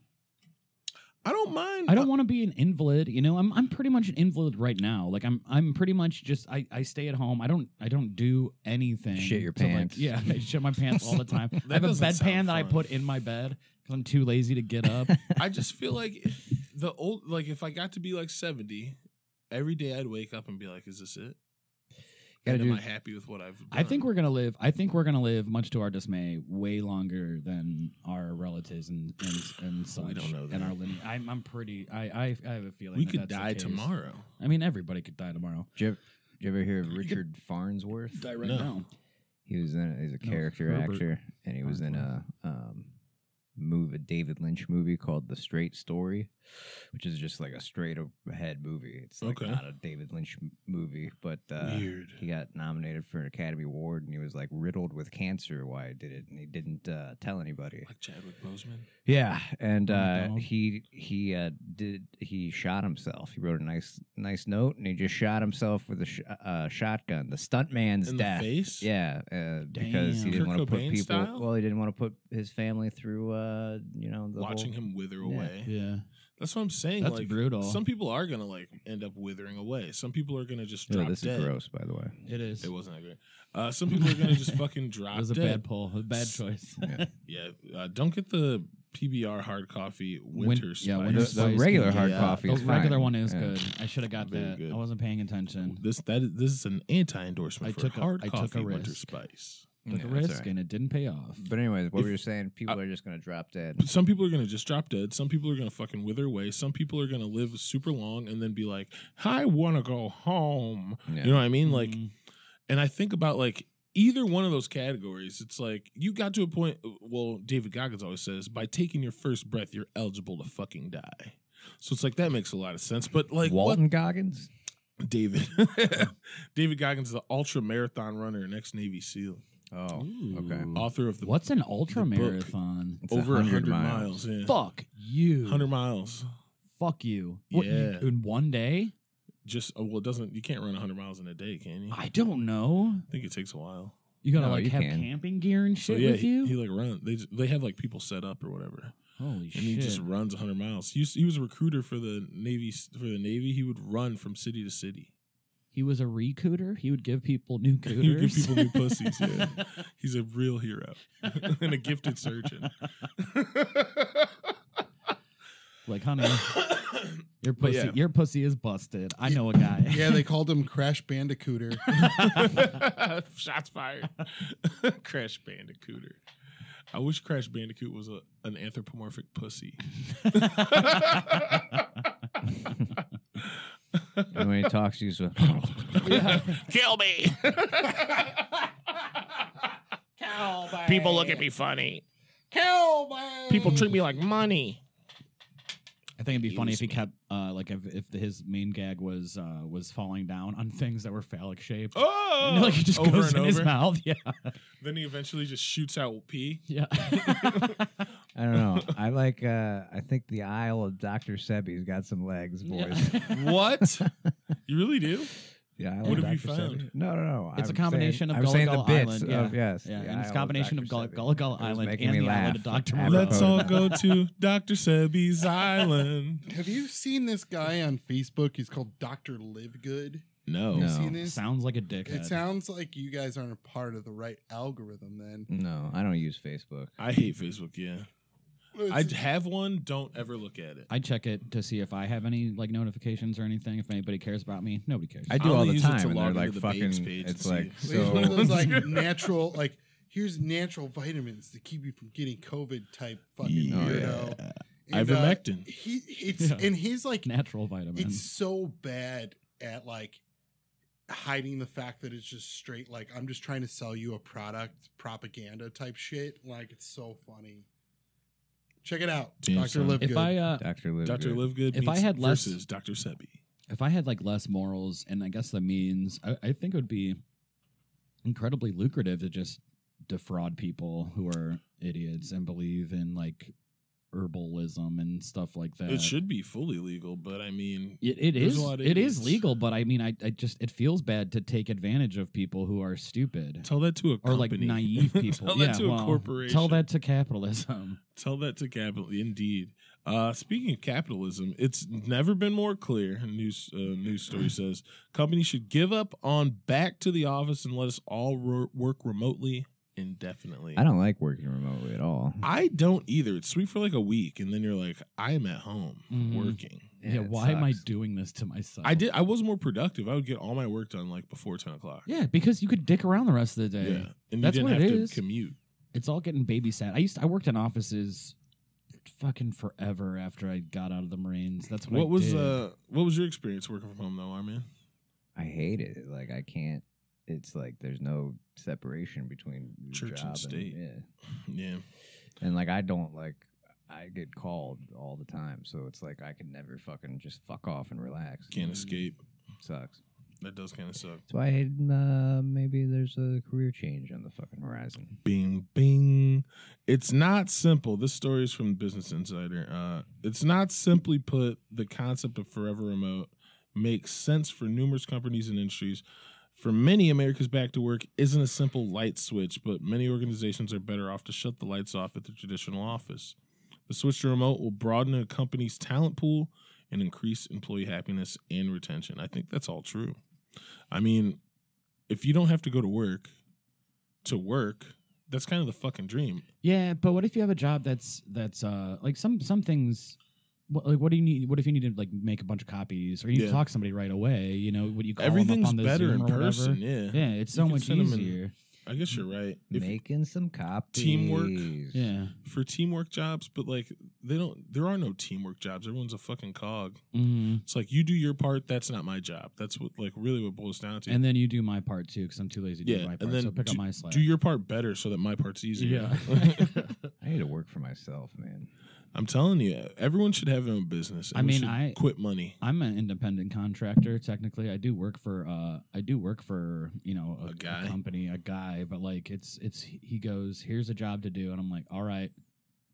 Speaker 5: I don't mind.
Speaker 4: I don't want to be an invalid. You know, I'm I'm pretty much an invalid right now. Like I'm I'm pretty much just I, I stay at home. I don't I don't do anything.
Speaker 6: Shit your
Speaker 4: to, like-
Speaker 6: pants.
Speaker 4: yeah, [laughs] I shit my pants all the
Speaker 5: [laughs]
Speaker 4: time. I have a
Speaker 5: doesn't
Speaker 4: bedpan
Speaker 5: sound
Speaker 4: that I
Speaker 5: fun.
Speaker 4: put in my bed because I'm too lazy to get
Speaker 5: [laughs]
Speaker 4: up.
Speaker 5: I just feel like the old like if I got to be like 70, every day I'd wake up and be like, "Is this it?"
Speaker 6: Gotta
Speaker 5: And am
Speaker 6: do-
Speaker 5: I happy with what I've? Done?
Speaker 4: I think we're gonna live. I think we're gonna live, much to our dismay, way longer than our relatives and and, and such.
Speaker 5: We don't know
Speaker 4: And
Speaker 5: that.
Speaker 4: our lineage. I'm I'm pretty. I I, I have a feeling
Speaker 5: we
Speaker 4: that
Speaker 5: could
Speaker 4: that's the
Speaker 5: die
Speaker 4: case.
Speaker 5: tomorrow.
Speaker 4: I mean, everybody could die tomorrow.
Speaker 6: Did you, ever, did you ever hear of Richard Farnsworth?
Speaker 5: right
Speaker 4: no.
Speaker 5: now.
Speaker 6: He was in. He's a character
Speaker 4: Herbert
Speaker 6: actor, and he was in a um, move a David Lynch movie called The Straight Story, which is just like a straight ahead movie. It's like
Speaker 5: Okay.
Speaker 6: not a David Lynch m- movie, but uh,
Speaker 5: Weird.
Speaker 6: he got nominated for an Academy Award, and he was like riddled with cancer. Why he did it? And he didn't uh, tell anybody.
Speaker 5: Like Chadwick Boseman.
Speaker 6: Yeah, and uh,
Speaker 4: McDonald?
Speaker 6: he he uh, did he shot himself. He wrote a nice nice note, and he just shot himself with a sh- uh, shotgun. The stuntman's
Speaker 5: In
Speaker 6: death.
Speaker 5: the face.
Speaker 6: Yeah, uh, because he
Speaker 4: Damn.
Speaker 6: didn't
Speaker 5: Kurt
Speaker 6: want to put
Speaker 5: Cobain
Speaker 6: people.
Speaker 5: style?
Speaker 6: Well, he didn't want to put his family through. Uh, you know, the
Speaker 5: Watching
Speaker 6: whole,
Speaker 5: him wither
Speaker 6: Yeah.
Speaker 5: away.
Speaker 4: Yeah.
Speaker 5: That's what I'm saying.
Speaker 4: That's
Speaker 5: like
Speaker 4: brutal.
Speaker 5: Some people are gonna like end up withering away. Some people are gonna just
Speaker 6: Oh,
Speaker 5: drop
Speaker 6: this
Speaker 5: dead.
Speaker 6: is gross, by the way.
Speaker 4: It is.
Speaker 5: It wasn't that great. Uh, some people are gonna just
Speaker 4: [laughs]
Speaker 5: fucking drop
Speaker 4: It was a
Speaker 5: dead.
Speaker 4: bad pull, a bad choice.
Speaker 5: Yeah, uh, don't get the PBR hard coffee winter spice.
Speaker 4: yeah, winter
Speaker 6: The,
Speaker 4: spice.
Speaker 6: the regular hard
Speaker 5: Yeah.
Speaker 6: coffee.
Speaker 4: the
Speaker 6: is
Speaker 4: regular
Speaker 6: fine.
Speaker 4: one is
Speaker 6: Yeah.
Speaker 4: good. I should have got
Speaker 5: Very
Speaker 4: that.
Speaker 5: good.
Speaker 4: I wasn't paying attention.
Speaker 5: This that is, this is an anti-endorsement
Speaker 4: I
Speaker 5: for
Speaker 4: took a-
Speaker 5: hard
Speaker 4: I took a
Speaker 5: coffee winter
Speaker 4: risk.
Speaker 5: spice.
Speaker 4: Took
Speaker 6: Yeah,
Speaker 4: a
Speaker 6: that's
Speaker 4: risk
Speaker 6: alright.
Speaker 4: and it didn't pay off.
Speaker 6: But anyways, what
Speaker 5: If-
Speaker 6: were you saying? People are just gonna drop dead.
Speaker 5: But some people are gonna just drop dead. Some people are gonna fucking wither away. Some people are gonna live super long and then be like, "I want to go home."
Speaker 6: Yeah.
Speaker 5: You know what I mean? Like,
Speaker 4: Mm.
Speaker 5: and I think about like either one of those categories. It's like you got to a point. Well, David Goggins always says, "By taking your first breath, you're eligible to fucking die." So it's like that makes a lot of sense. But like, what
Speaker 6: Walton Goggins.
Speaker 5: David. [laughs] David Goggins, the ultra marathon runner and ex Navy SEAL,
Speaker 6: Oh, okay.
Speaker 4: Ooh.
Speaker 5: author of the
Speaker 4: What's an ultra
Speaker 5: book.
Speaker 4: marathon?
Speaker 6: It's
Speaker 5: over 100 miles. yeah.
Speaker 4: Fuck you.
Speaker 5: 100 miles.
Speaker 4: Fuck you. What, you-
Speaker 5: Yeah.
Speaker 4: in one day?
Speaker 5: Just, oh, well, it doesn't, you can't run 100 miles in a day, can you? I
Speaker 4: I don't know.
Speaker 5: think it takes a while.
Speaker 4: You gotta
Speaker 6: No,
Speaker 4: like
Speaker 6: you
Speaker 4: have
Speaker 6: can.
Speaker 4: camping gear and
Speaker 5: So,
Speaker 4: shit
Speaker 5: yeah,
Speaker 4: with you.
Speaker 5: he, he like run. They, just- they have like people set up or whatever.
Speaker 4: Holy
Speaker 5: And he
Speaker 4: shit!
Speaker 5: just runs 100 miles. He, used, he was a recruiter for the Navy. For the Navy, he would run from city to city.
Speaker 4: he was a recooter. He would give people new cooters.
Speaker 5: [laughs] He would give people new pussies. Yeah. He's a real hero [laughs] and a gifted surgeon.
Speaker 4: [laughs] like,
Speaker 5: [laughs]
Speaker 4: honey, your
Speaker 5: But
Speaker 4: pussy,
Speaker 5: yeah.
Speaker 4: your pussy is busted. I know a guy.
Speaker 5: [laughs]
Speaker 3: Yeah, they called him Crash Bandicooter.
Speaker 5: [laughs] Shots fired. Crash Bandicooter. I wish Crash Bandicoot was a, an anthropomorphic pussy.
Speaker 6: [laughs] And when he talks, he's
Speaker 5: [laughs]
Speaker 6: a.
Speaker 5: [laughs] Kill me. People look at me funny. Kill me. People treat me like money.
Speaker 4: I think it'd be funny if
Speaker 5: Use
Speaker 4: he
Speaker 5: me.
Speaker 4: kept uh, like if, if his main gag was uh, was falling down on things that were phallic shaped. [laughs]
Speaker 5: Oh,
Speaker 4: And, like it just
Speaker 5: over
Speaker 4: goes
Speaker 5: and
Speaker 4: in
Speaker 5: over.
Speaker 4: his mouth.
Speaker 5: [laughs]
Speaker 4: Yeah,
Speaker 5: Then he eventually just shoots out pee.
Speaker 4: [laughs] yeah.
Speaker 6: I don't know. I like. Uh, I think the aisle of Doctor Sebi's got some legs, boys.
Speaker 4: [laughs]
Speaker 5: What? you really do?
Speaker 6: Yeah. I
Speaker 5: What
Speaker 6: love
Speaker 5: have you
Speaker 6: Dr. Sebi.
Speaker 5: found?
Speaker 6: No, no, no.
Speaker 4: It's a
Speaker 6: I'm
Speaker 4: combination
Speaker 6: saying,
Speaker 4: of
Speaker 6: I'm saying
Speaker 4: Gullah
Speaker 6: the
Speaker 4: Gullah
Speaker 6: bits
Speaker 4: Island,
Speaker 6: of-
Speaker 4: yeah.
Speaker 6: yes.
Speaker 4: Yeah,
Speaker 6: the
Speaker 4: and it's
Speaker 6: Isle
Speaker 4: a
Speaker 6: of
Speaker 4: combination of
Speaker 6: Dr.
Speaker 4: Gullah-
Speaker 6: Sebi.
Speaker 4: Gullah Gullah
Speaker 6: It was
Speaker 4: Island
Speaker 6: making
Speaker 4: and
Speaker 6: me
Speaker 4: the island
Speaker 6: laugh.
Speaker 4: of Dr.
Speaker 6: Apropos
Speaker 5: Let's
Speaker 6: to
Speaker 5: all
Speaker 6: that.
Speaker 5: go to Dr. Sebi's island.
Speaker 3: Have you seen this guy on Facebook? He's called Doctor Livegood.
Speaker 5: [laughs] No.
Speaker 3: You
Speaker 6: No.
Speaker 3: seen this?
Speaker 4: Sounds like a
Speaker 3: It
Speaker 4: dickhead.
Speaker 3: sounds like you guys aren't a part of the right algorithm. Then
Speaker 6: No, I don't use Facebook.
Speaker 5: I hate Facebook, yeah. I have one, don't ever look at it.
Speaker 4: I check it to see if I have any like notifications or anything. If anybody cares about me, nobody cares.
Speaker 6: I do
Speaker 5: only
Speaker 6: all the
Speaker 5: use it to
Speaker 6: time, and
Speaker 5: log into
Speaker 6: they're like
Speaker 5: the
Speaker 6: fucking.
Speaker 5: Bakes page
Speaker 6: It's
Speaker 5: to
Speaker 6: like
Speaker 5: see
Speaker 3: Well, he's one of
Speaker 6: so.
Speaker 3: those like
Speaker 5: [laughs]
Speaker 3: natural, like here's natural vitamins to keep you from getting COVID type fucking
Speaker 5: Yeah.
Speaker 3: weirdo. And, uh,
Speaker 5: Ivermectin.
Speaker 3: he it's
Speaker 4: Yeah.
Speaker 3: and he's like
Speaker 4: Natural vitamin.
Speaker 3: it's so bad at like hiding the fact that it's just straight like I'm just trying to sell you a product propaganda type shit. Like it's so funny. Check it out,
Speaker 5: Damn,
Speaker 3: Doctor
Speaker 5: son.
Speaker 3: Livegood.
Speaker 4: if I uh,
Speaker 6: Doctor Live.
Speaker 5: Dr.
Speaker 6: Good.
Speaker 5: Livegood
Speaker 4: If I
Speaker 5: meets-
Speaker 4: had less-
Speaker 5: versus Dr. Sebi.
Speaker 4: if I had like less morals and I guess the means, I, I think it would be incredibly lucrative to just defraud people who are idiots and believe in like herbalism and stuff like that.
Speaker 5: It should be fully legal, but I mean,
Speaker 4: It, it
Speaker 5: There's
Speaker 4: is
Speaker 5: a lot of
Speaker 4: it is
Speaker 5: idiots.
Speaker 4: legal, but I mean, I, I just it feels bad to take advantage of people who are stupid
Speaker 5: tell that to a
Speaker 4: or like
Speaker 5: company. [laughs]
Speaker 4: naive people.
Speaker 5: tell
Speaker 4: yeah,
Speaker 5: that to
Speaker 4: well,
Speaker 5: a corporation.
Speaker 4: Tell that to capitalism.
Speaker 5: Tell that to capital. Indeed. Uh, speaking of capitalism, it's never been more clear. a News uh, news story says companies should give up on back to the office and let us all ro- work remotely indefinitely.
Speaker 6: I don't like working remotely at all.
Speaker 5: I don't either. It's sweet for like a week, and then you're like, I'm at home
Speaker 4: Mhm.
Speaker 5: working.
Speaker 4: Yeah,
Speaker 6: it
Speaker 4: why am I
Speaker 6: sucks.
Speaker 4: doing this to myself?
Speaker 5: I did. I was more productive. I would get all my work done like before ten o'clock.
Speaker 4: Yeah, because you could dick around the rest of the
Speaker 5: yeah.
Speaker 4: day.
Speaker 5: And
Speaker 4: That's
Speaker 5: you didn't
Speaker 4: what it
Speaker 5: have to
Speaker 4: is.
Speaker 5: commute.
Speaker 4: It's all getting babysat. I used I worked in offices fucking forever after I got out of the Marines. That's what,
Speaker 5: What
Speaker 4: I
Speaker 5: was
Speaker 4: did.
Speaker 5: uh What was your experience working from home though, Armin?
Speaker 6: I hate it. Like I can't. It's like there's no separation between your
Speaker 5: Church and
Speaker 6: job
Speaker 5: state.
Speaker 6: yeah.
Speaker 5: Yeah.
Speaker 6: And like I don't like I get called all the time, so it's like I can never fucking just fuck off and relax.
Speaker 4: Mm.
Speaker 5: Can't escape.
Speaker 6: Sucks.
Speaker 5: That does kind of suck.
Speaker 6: Mm. That's why uh, maybe there's a career change on the fucking horizon.
Speaker 5: Bing, bing. It's not simple. This story is from Business Insider. Uh, it's not simply put, the concept of forever remote makes sense for numerous companies and industries. For many, America's back to work isn't a simple light switch, but many organizations are better off to shut the lights off at the traditional office. The switch to remote will broaden a company's talent pool and increase employee happiness and retention. I think that's all true. I mean, if you don't have to go to work to work, that's kind of the fucking dream.
Speaker 4: Yeah, but what if you have a job that's that's uh like some some things what, like what do you need what if you need to like make a bunch of copies or you need
Speaker 5: Yeah.
Speaker 4: to talk to somebody right away, you know, when you call 'em
Speaker 5: Everything's
Speaker 4: up on the
Speaker 5: better
Speaker 4: Zoom
Speaker 5: in
Speaker 4: or whatever.
Speaker 5: person. Yeah.
Speaker 4: Yeah, it's
Speaker 5: You
Speaker 4: so
Speaker 5: can
Speaker 4: much
Speaker 5: send 'em in-
Speaker 4: easier.
Speaker 5: I guess you're right. If,
Speaker 6: Making some copies.
Speaker 5: Teamwork.
Speaker 4: Yeah.
Speaker 5: for teamwork jobs, but like they don't. There are no teamwork jobs. Everyone's a fucking cog.
Speaker 4: Mhm.
Speaker 5: It's like you do your part. That's not my job. That's what like really what boils down to.
Speaker 4: And then you do my part too cuz I'm too lazy to
Speaker 5: Yeah,
Speaker 4: do my
Speaker 5: and
Speaker 4: part.
Speaker 5: then
Speaker 4: so pick up my slack.
Speaker 5: do your part better so that my part's easier.
Speaker 4: Yeah. [laughs]
Speaker 6: I need to work for myself, man.
Speaker 5: [laughs] I'm telling you, everyone should have their own business.
Speaker 4: I
Speaker 5: and we
Speaker 4: mean,
Speaker 5: should
Speaker 4: I-
Speaker 5: quit money.
Speaker 4: I'm an independent contractor. Technically, I do work for uh, I do work for you know
Speaker 5: A
Speaker 4: a, a
Speaker 5: guy.
Speaker 4: company, a guy. But like, it's it's he goes, here's a job to do, and I'm like, all right,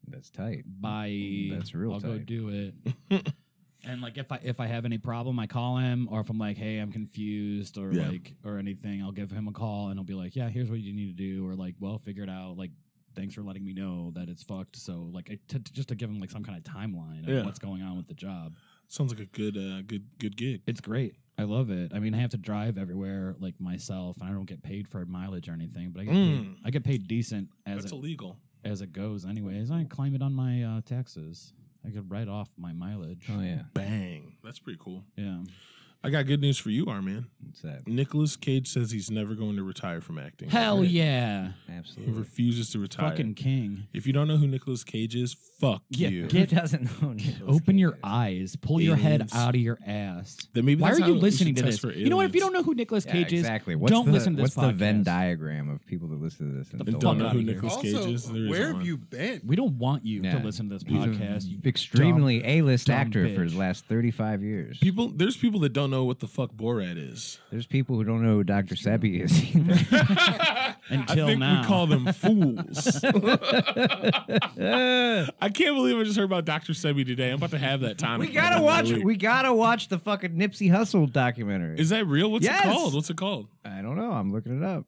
Speaker 6: That's tight.
Speaker 4: bye.
Speaker 6: That's real
Speaker 4: I'll go
Speaker 6: tight.
Speaker 4: do it.
Speaker 5: [laughs]
Speaker 4: and like, if I if I have any problem, I call him, or if I'm like, hey, I'm confused, or
Speaker 5: Yeah.
Speaker 4: like or anything, I'll give him a call, and I'll be like, yeah, here's what you need to do, or like, well, figure it out, like. Thanks for letting me know that it's fucked. So, like, I- t- just to give him like some kind of timeline of
Speaker 5: Yeah.
Speaker 4: what's going on with the job.
Speaker 5: Sounds like a good, uh, good, good gig.
Speaker 4: It's great. I love it. I mean, I have to drive everywhere like myself, and I don't get paid for mileage or anything, but I get
Speaker 5: Mm.
Speaker 4: paid, I get paid decent as
Speaker 5: that's
Speaker 4: it,
Speaker 5: illegal.
Speaker 4: as it goes. Anyways, I claim it on my uh, taxes. I could write off my mileage.
Speaker 6: Oh yeah.
Speaker 5: Bang. That's pretty cool.
Speaker 4: yeah.
Speaker 5: I got good news for you, Armin.
Speaker 6: What's
Speaker 4: [laughs]
Speaker 6: that?
Speaker 5: Nicholas Cage says he's never going to retire from acting.
Speaker 4: Hell
Speaker 6: Right.
Speaker 4: yeah!
Speaker 5: who
Speaker 6: absolutely.
Speaker 5: refuses to retire.
Speaker 4: Fucking king.
Speaker 5: if you don't know who Nicolas Cage is, fuck
Speaker 4: Yeah,
Speaker 5: you.
Speaker 4: get-
Speaker 6: Who doesn't [laughs] know? Nicolas
Speaker 4: Open your
Speaker 6: Cage?
Speaker 4: eyes. Pull your head
Speaker 5: Aliens.
Speaker 4: out of your ass.
Speaker 5: Then maybe
Speaker 4: Why
Speaker 5: that's
Speaker 4: are
Speaker 5: how
Speaker 4: you
Speaker 5: we should
Speaker 4: listening to
Speaker 5: test
Speaker 4: this?
Speaker 5: for
Speaker 4: You know what? If you
Speaker 5: aliens.
Speaker 4: don't know who Nicolas
Speaker 6: Yeah,
Speaker 4: Cage is,
Speaker 6: exactly. What's
Speaker 4: don't
Speaker 6: the,
Speaker 4: listen to this
Speaker 6: What's the Venn
Speaker 4: podcast.
Speaker 6: diagram of people that listen to this? And
Speaker 4: The
Speaker 5: [laughs] And
Speaker 6: don't
Speaker 5: don't
Speaker 4: fuck
Speaker 5: know
Speaker 4: out
Speaker 5: who
Speaker 4: of here.
Speaker 5: Nicolas Cage is. there is
Speaker 3: where have
Speaker 5: one.
Speaker 3: you been?
Speaker 4: we don't want you
Speaker 6: Yeah.
Speaker 4: to listen to this
Speaker 6: He's a
Speaker 4: podcast. you
Speaker 6: extremely
Speaker 4: dumb-
Speaker 6: A-list
Speaker 4: dumb
Speaker 6: actor for
Speaker 4: bitch.
Speaker 6: the last 35 years.
Speaker 5: People, there's people that don't know what the fuck Borat is.
Speaker 6: There's people who don't know who Dr. Sebi is either.
Speaker 4: Until
Speaker 5: I think
Speaker 4: now.
Speaker 5: we call them [laughs] fools.
Speaker 4: [laughs]
Speaker 6: [laughs]
Speaker 5: I can't believe I just heard about Dr. Sebi today. I'm about to have that time.
Speaker 6: Uh, we gotta watch. We gotta watch the fucking Nipsey Hustle documentary.
Speaker 5: Is that real? What's
Speaker 6: Yes!
Speaker 5: it called? What's it called?
Speaker 6: I don't know. I'm looking it up.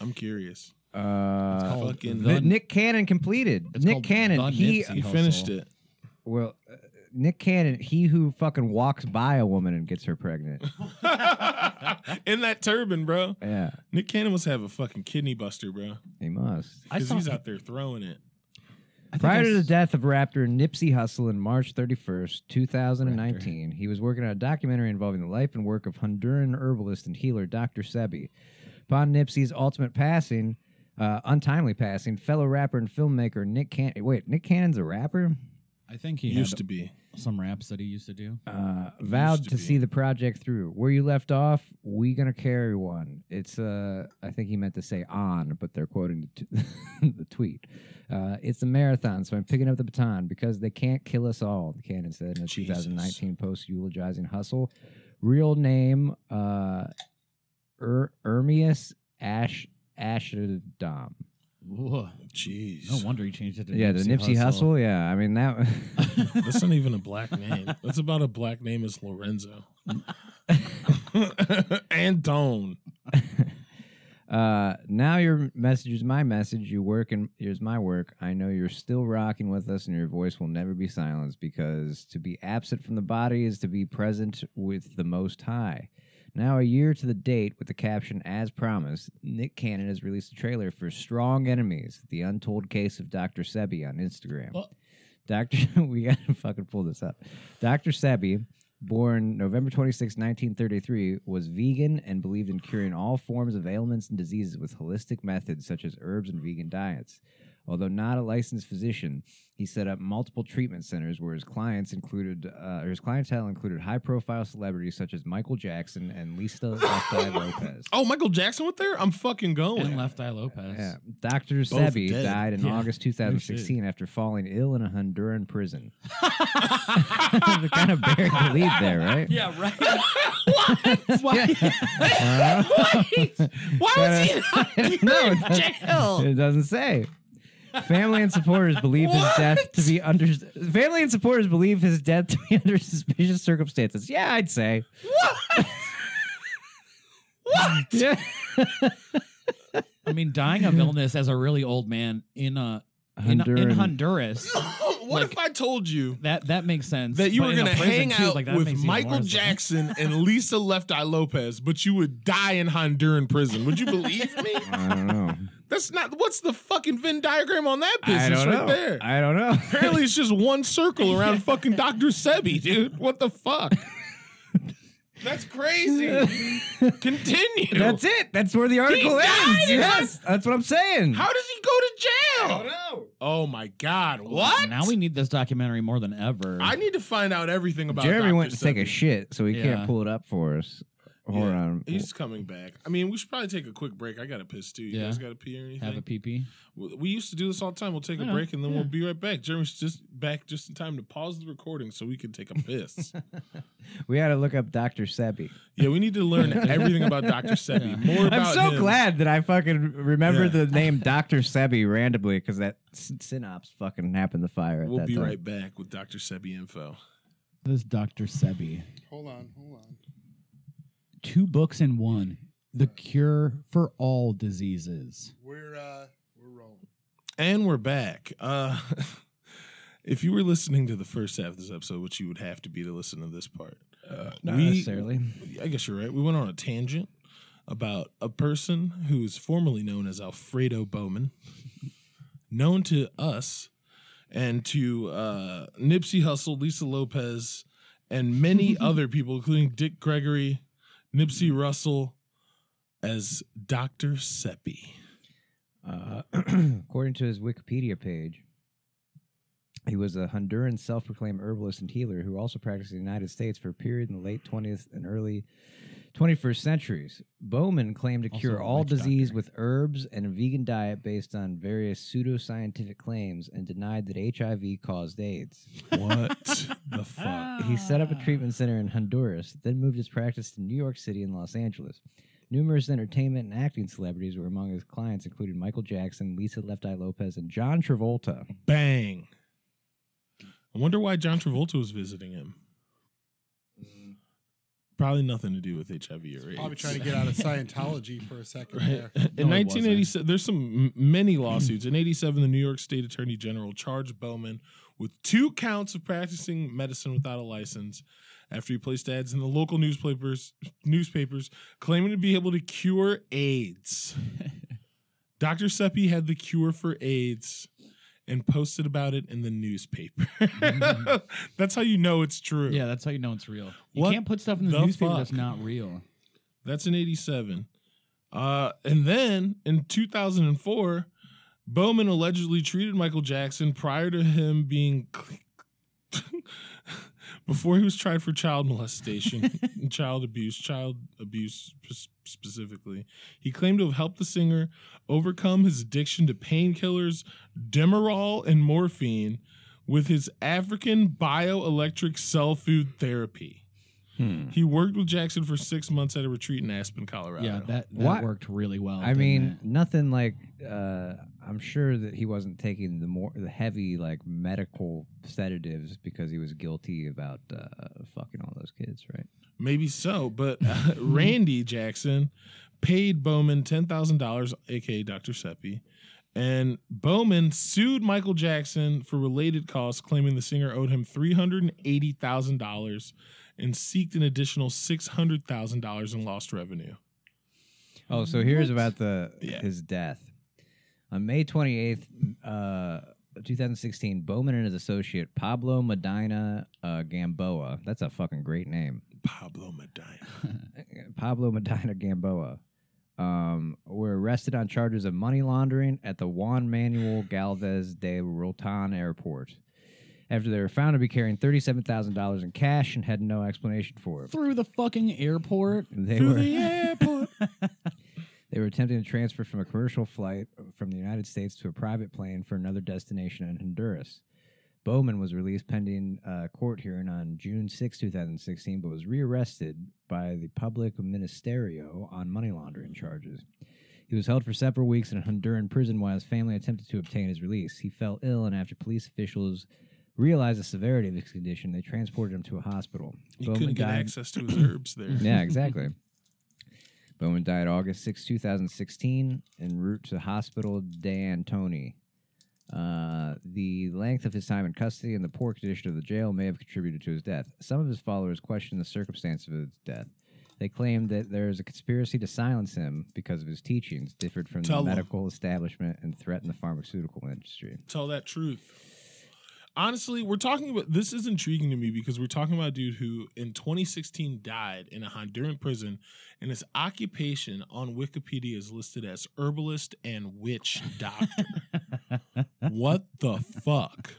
Speaker 5: I'm curious.
Speaker 6: Uh,
Speaker 4: called
Speaker 5: fucking-
Speaker 4: The-
Speaker 6: Ni- Nick Cannon completed.
Speaker 4: It's
Speaker 6: Nick
Speaker 4: called
Speaker 6: Cannon.
Speaker 4: The
Speaker 6: He
Speaker 5: He
Speaker 4: Nipsey.
Speaker 5: finished
Speaker 4: Hustle. [laughs]
Speaker 5: it. [laughs]
Speaker 6: well, uh, Nick Cannon. He who fucking walks by a woman and gets her
Speaker 4: [laughs]
Speaker 6: pregnant.
Speaker 5: In that turban, bro.
Speaker 6: yeah,
Speaker 5: Nick Cannon must have a fucking kidney buster, bro.
Speaker 6: he must.
Speaker 4: I
Speaker 5: Because
Speaker 4: saw-
Speaker 5: he's out there throwing it.
Speaker 4: I think I
Speaker 6: Prior to the
Speaker 4: s-
Speaker 6: death of Raptor Nipsey Hussle in March 31st, 2019, he was working on a documentary involving the life and work of Honduran herbalist and healer Dr. Sebi. Upon Nipsey's ultimate passing, uh, untimely passing, fellow rapper and filmmaker Nick Cannon. Wait, Nick Cannon's a rapper?
Speaker 4: I think he
Speaker 5: used
Speaker 4: had
Speaker 5: to be.
Speaker 4: some raps that he used to do.
Speaker 6: Uh, vowed
Speaker 5: to
Speaker 6: to,
Speaker 5: be.
Speaker 6: see the project through. Where you left off, we gonna carry one. It's uh, I think he meant to say on, but they're quoting the, t- [laughs] the tweet. Uh, it's a marathon, so I'm picking up the baton because they can't kill us all. Cannon said in a
Speaker 5: Jesus.
Speaker 6: 2019 post eulogizing Hustle. Real name, uh, er- Ermius Ash Ashadam.
Speaker 5: Jeez.
Speaker 4: No wonder he changed it to
Speaker 6: Yeah, the Nipsey Hustle. Yeah, I mean that. [laughs]
Speaker 5: That's not even a black name. That's about a black name as Lorenzo. [laughs] Antone.
Speaker 6: [laughs] Uh, now your message is my message. You work and here's my work. I know you're still rocking with us, and your voice will never be silenced because to be absent from the body is to be present with the Most High. Now, a year to the date, with the caption "As promised," Nick Cannon has released a trailer for "Strong Enemies: The Untold Case of Dr. Sebi" on Instagram.
Speaker 5: What?
Speaker 6: Doctor, [laughs] we gotta fucking pull this up. Dr. Sebi, born November 26, 1933, was vegan and believed in curing all forms of ailments and diseases with holistic methods such as herbs and vegan diets. Although not a licensed physician, he set up multiple treatment centers where his clients included uh, or his clientele included high-profile celebrities such as Michael Jackson and Lisa Left Eye Lopez.
Speaker 5: Oh, Michael Jackson went there? I'm fucking
Speaker 4: and
Speaker 5: going.
Speaker 4: Left Eye Lopez.
Speaker 6: Yeah. Dr. Sebi
Speaker 5: dead.
Speaker 6: died in
Speaker 4: Yeah.
Speaker 6: August
Speaker 4: No shit.
Speaker 6: 2016 after falling ill in a Honduran prison. [laughs] the kind of buried the lead there, right?
Speaker 4: Yeah, right. what?
Speaker 5: Why was he
Speaker 6: [laughs]
Speaker 5: [laughs]
Speaker 6: no, it doesn't, it doesn't say. Family and supporters believe his death to be under. Family and supporters believe his death to be [laughs] under suspicious circumstances. Yeah, I'd say.
Speaker 4: [laughs]
Speaker 6: What? what? Yeah.
Speaker 4: I mean, dying of illness as a really old man in a in, in
Speaker 6: Honduran.
Speaker 4: Honduras.
Speaker 5: what
Speaker 4: Like-
Speaker 5: if I told you
Speaker 4: That that makes sense.
Speaker 5: that you
Speaker 4: But
Speaker 5: were
Speaker 4: in a
Speaker 5: going to
Speaker 4: prison,
Speaker 5: hang
Speaker 4: too,
Speaker 5: out
Speaker 4: like, that
Speaker 5: with
Speaker 4: makes even
Speaker 5: Michael
Speaker 4: worse.
Speaker 5: Jackson and Lisa Left Eye Lopez, but you would die in Honduran prison? Would you believe
Speaker 4: [laughs]
Speaker 5: me?
Speaker 6: I don't know.
Speaker 5: That's not what's the fucking Venn diagram on that business
Speaker 6: I don't
Speaker 5: right
Speaker 6: know.
Speaker 5: there.
Speaker 6: I don't know.
Speaker 5: Apparently, it's just one [laughs] circle around fucking Dr. Sebi, dude. What the fuck? [laughs] That's crazy. [laughs] Continue.
Speaker 6: [laughs] That's it. That's where the article
Speaker 5: died
Speaker 6: ends.
Speaker 5: in
Speaker 6: Yes, that's what I'm saying.
Speaker 5: How does he go to jail? Oh my God. What?
Speaker 4: Now we need this documentary more than ever.
Speaker 5: I need to find out everything about
Speaker 6: Jeremy
Speaker 5: Dr.
Speaker 6: went to take a
Speaker 5: Sebi.
Speaker 6: shit, so he
Speaker 4: Yeah.
Speaker 6: can't pull it up for us. Hold
Speaker 5: Yeah.
Speaker 6: on.
Speaker 5: He's coming back. I mean, we should probably take a quick break. I got to piss too. You
Speaker 4: Yeah.
Speaker 5: guys got to pee or anything?
Speaker 4: have a PP.
Speaker 5: We we used to do this all the time. We'll take
Speaker 4: I
Speaker 5: a
Speaker 4: know.
Speaker 5: break and then
Speaker 4: Yeah.
Speaker 5: we'll be right back. Jeremy's just back just in time to pause the recording so we can take a
Speaker 6: [laughs]
Speaker 5: piss.
Speaker 6: We had to look up Dr. Sebi.
Speaker 5: yeah, we need to learn everything about Dr. Sebi.
Speaker 4: Yeah.
Speaker 5: More about
Speaker 6: I'm so
Speaker 5: him.
Speaker 6: glad that I fucking remembered
Speaker 5: Yeah.
Speaker 6: the name Dr. Sebi randomly because that s- synopsis fucking happened to fire. At
Speaker 5: We'll
Speaker 6: that
Speaker 5: be
Speaker 6: time.
Speaker 5: right back with Dr. Sebi info.
Speaker 4: This Dr. Sebi.
Speaker 3: Hold on, hold on.
Speaker 4: Two books in one. The cure for all diseases.
Speaker 3: We're uh we're rolling.
Speaker 5: And we're back. Uh [laughs] if you were listening to the first half of this episode, which you would have to be to listen to this part. Uh,
Speaker 6: Not
Speaker 5: we-
Speaker 6: necessarily.
Speaker 5: I guess you're right. We went on a tangent about a person who is formerly known as Alfredo Bowman, [laughs] known to us and to uh, Nipsey Hussle, Lisa Lopez, and
Speaker 6: [laughs]
Speaker 5: many other people, including Dick Gregory, Nipsey Russell, as Dr. Seppi.
Speaker 6: Uh, [clears throat] according to his Wikipedia page, he was a Honduran self proclaimed herbalist and healer who also practiced in the United States for a period in the late 20th and early 21st centuries. Bowman claimed to
Speaker 4: Also
Speaker 6: cure
Speaker 4: a
Speaker 6: all
Speaker 4: witch
Speaker 6: disease
Speaker 4: doctor.
Speaker 6: with herbs and a vegan diet based on various pseudoscientific claims and denied that HIV caused AIDS.
Speaker 5: What the fuck?
Speaker 6: He set up a
Speaker 4: Ah.
Speaker 6: treatment center in Honduras, then moved his practice to New York City and Los Angeles. Numerous entertainment and acting celebrities were among his clients, including Michael Jackson, Lisa Left Eye Lopez, and John Travolta.
Speaker 5: Bang. I wonder why John Travolta was visiting him. Probably nothing to do with HIV or
Speaker 3: Mm.
Speaker 5: AIDS.
Speaker 3: Probably trying to get out of Scientology for a second there.
Speaker 5: Right. [laughs] In
Speaker 2: No, he
Speaker 5: 1987, there's some m- many lawsuits. In 87, the New York State Attorney General charged Bowman with two counts of practicing medicine without a license after he placed ads in the local newspapers newspapers claiming to be able to cure
Speaker 2: [laughs]
Speaker 5: AIDS. Dr. Seppi had the cure for AIDS and posted about it in the newspaper. [laughs] That's how you know it's true.
Speaker 2: Mm-hmm. Yeah, that's how you know it's real. You
Speaker 5: What
Speaker 2: can't put stuff in the,
Speaker 5: the
Speaker 2: newspaper that's
Speaker 5: fuck?
Speaker 2: not real.
Speaker 5: That's in 87. Uh, and then in 2004, Bowman allegedly treated Michael Jackson prior to him being. [laughs] before he was tried for child molestation and child abuse, child abuse sp- specifically. He claimed to have helped the singer overcome his addiction to painkillers, Demerol, and morphine with his African bioelectric cell food therapy. He worked with Jackson for six months at a retreat in Aspen, Colorado.
Speaker 2: Yeah, that,
Speaker 6: Why-
Speaker 2: that worked really well.
Speaker 6: I
Speaker 2: didn't
Speaker 6: mean,
Speaker 2: it?
Speaker 6: nothing like. Uh, I'm sure that he wasn't taking the more the heavy like medical sedatives because he was guilty about uh, fucking all those kids, right?
Speaker 5: Maybe
Speaker 2: [laughs]
Speaker 5: so, but uh, Randy Jackson paid Bowman $10,000, aka Dr. Seppi, and Bowman sued Michael Jackson for related costs, claiming the singer owed him $380,000 and seeked an additional $600,000 in lost revenue.
Speaker 6: Oh, so here's about the
Speaker 5: Yeah.
Speaker 6: his death. On May 28th, uh, 2016, Bowman and his associate Pablo Medina uh, Gamboa. That's a fucking great name.
Speaker 5: Pablo Medina.
Speaker 6: Pablo Medina [laughs] Gamboa um, were arrested on charges of money laundering at the Juan Manuel Galvez de Rotan airport after they were found to be carrying $37,000 in cash and had no explanation for it.
Speaker 2: through the fucking airport.
Speaker 6: They
Speaker 5: Through
Speaker 6: were,
Speaker 5: the airport.
Speaker 6: they were attempting to transfer from a commercial flight from the United States to a private plane for another destination in Honduras. Bowman was released pending uh, court hearing on June 6, 2016, but was rearrested by the public ministerio on money laundering charges. He was held for several weeks in a Honduran prison while his family attempted to obtain his release. He fell ill, and after police officials realized the severity of his condition, they transported him to a hospital.
Speaker 5: You couldn't get
Speaker 6: died-
Speaker 2: [clears throat]
Speaker 5: access to his herbs there.
Speaker 6: yeah, exactly. Bowman died August 6, 2016, en route to Hospital D'Antoni. Uh, the length of his time in custody and the poor condition of the jail may have contributed to his death. Some of his followers questioned the circumstance of his death. They claimed that there is a conspiracy to silence him because of his teachings differed from
Speaker 5: Tell
Speaker 6: the
Speaker 5: 'em.
Speaker 6: medical establishment and threatened the pharmaceutical industry.
Speaker 5: tell that truth. Honestly, we're talking about this is intriguing to me because we're talking about a dude who in 2016 died in a Honduran prison, and his occupation on Wikipedia is listed as herbalist and witch doctor. what the fuck?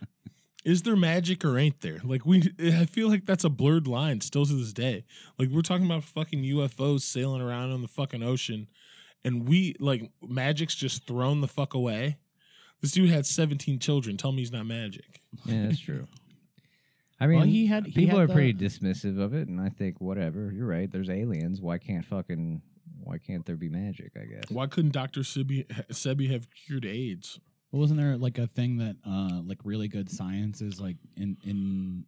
Speaker 5: Is there magic or ain't there? Like we I feel like that's a blurred line still to this day. Like we're talking about fucking UFOs sailing around on the fucking ocean and we like magic's just thrown the fuck away. This dude had 17 children. Tell me he's not magic.
Speaker 6: Yeah, that's true. [laughs] [laughs] I mean,
Speaker 2: he had- he
Speaker 6: people
Speaker 2: had
Speaker 6: are pretty dismissive of it, and I think whatever. You're right. There's aliens. Why can't fucking why can't there be magic? I guess.
Speaker 5: Why couldn't Dr. Sebi, Sebi have cured AIDS?
Speaker 2: Well, wasn't there like a thing that uh like really good science is like in in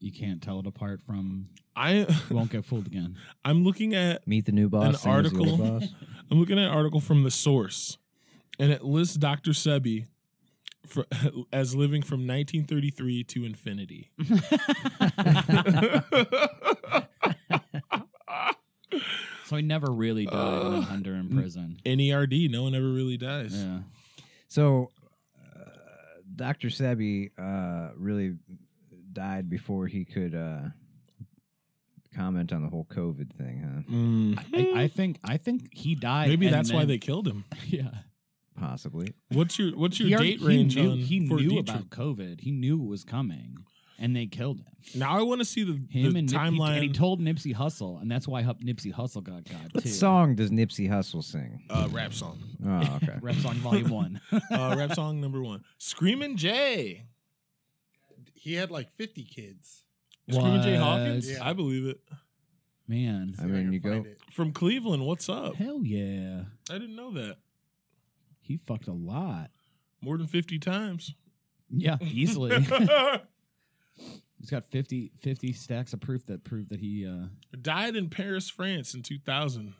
Speaker 2: you can't tell it apart from
Speaker 5: I
Speaker 2: you won't get fooled again.
Speaker 5: [laughs]
Speaker 2: [laughs]
Speaker 5: I'm looking at
Speaker 6: Meet the new boss.
Speaker 5: An
Speaker 6: same as the old
Speaker 5: article. [laughs]
Speaker 6: boss.
Speaker 5: I'm looking at an article from the source, and it lists Dr. Sebi for, [laughs] as living from 1933
Speaker 4: [laughs]
Speaker 5: to infinity.
Speaker 2: So he never really died
Speaker 5: Uh,
Speaker 2: when under in prison.
Speaker 5: NERD, E no one ever really dies.
Speaker 2: Yeah.
Speaker 6: So, uh, Dr. Sebi uh, really died before he could uh, comment on the whole COVID thing, huh?
Speaker 5: Mm.
Speaker 2: I, I think I think he died.
Speaker 5: Maybe
Speaker 2: and
Speaker 5: that's why
Speaker 2: then-
Speaker 5: they killed him.
Speaker 2: [laughs] Yeah.
Speaker 6: possibly.
Speaker 5: What's your what's your
Speaker 4: he already-
Speaker 5: date range
Speaker 4: He knew,
Speaker 5: on
Speaker 4: he
Speaker 5: for
Speaker 4: knew
Speaker 5: Dietrich?
Speaker 4: about COVID. He knew it was coming, and they killed him.
Speaker 5: Now I want to see the,
Speaker 4: Him
Speaker 5: the
Speaker 4: and Nip- he-
Speaker 5: timeline.
Speaker 4: and he told Nipsey Hussle, and that's why Hup- Nipsey Hussle got got
Speaker 6: What
Speaker 4: too.
Speaker 6: song does Nipsey Hussle sing?
Speaker 5: uh, rap song.
Speaker 6: Oh,
Speaker 5: [laughs]
Speaker 6: okay.
Speaker 4: Rap song volume one.
Speaker 5: Uh, rap song number one. Screaming Jay.
Speaker 3: He had like 50 kids.
Speaker 5: Screaming Jay
Speaker 4: Was-
Speaker 5: Hawkins.
Speaker 3: Yeah.
Speaker 5: I believe it.
Speaker 4: Man,
Speaker 6: I
Speaker 3: See if
Speaker 6: mean,
Speaker 3: can
Speaker 6: you
Speaker 3: find
Speaker 6: go-
Speaker 3: it.
Speaker 5: From Cleveland. What's up?
Speaker 4: hell yeah,
Speaker 5: I didn't know that.
Speaker 4: he fucked a lot.
Speaker 5: More than fifty times.
Speaker 4: Yeah,
Speaker 5: [laughs]
Speaker 4: easily.
Speaker 5: Died
Speaker 4: He's got 50, 50 stacks of proof that prove that he uh,
Speaker 5: in Paris, France, in two thousand.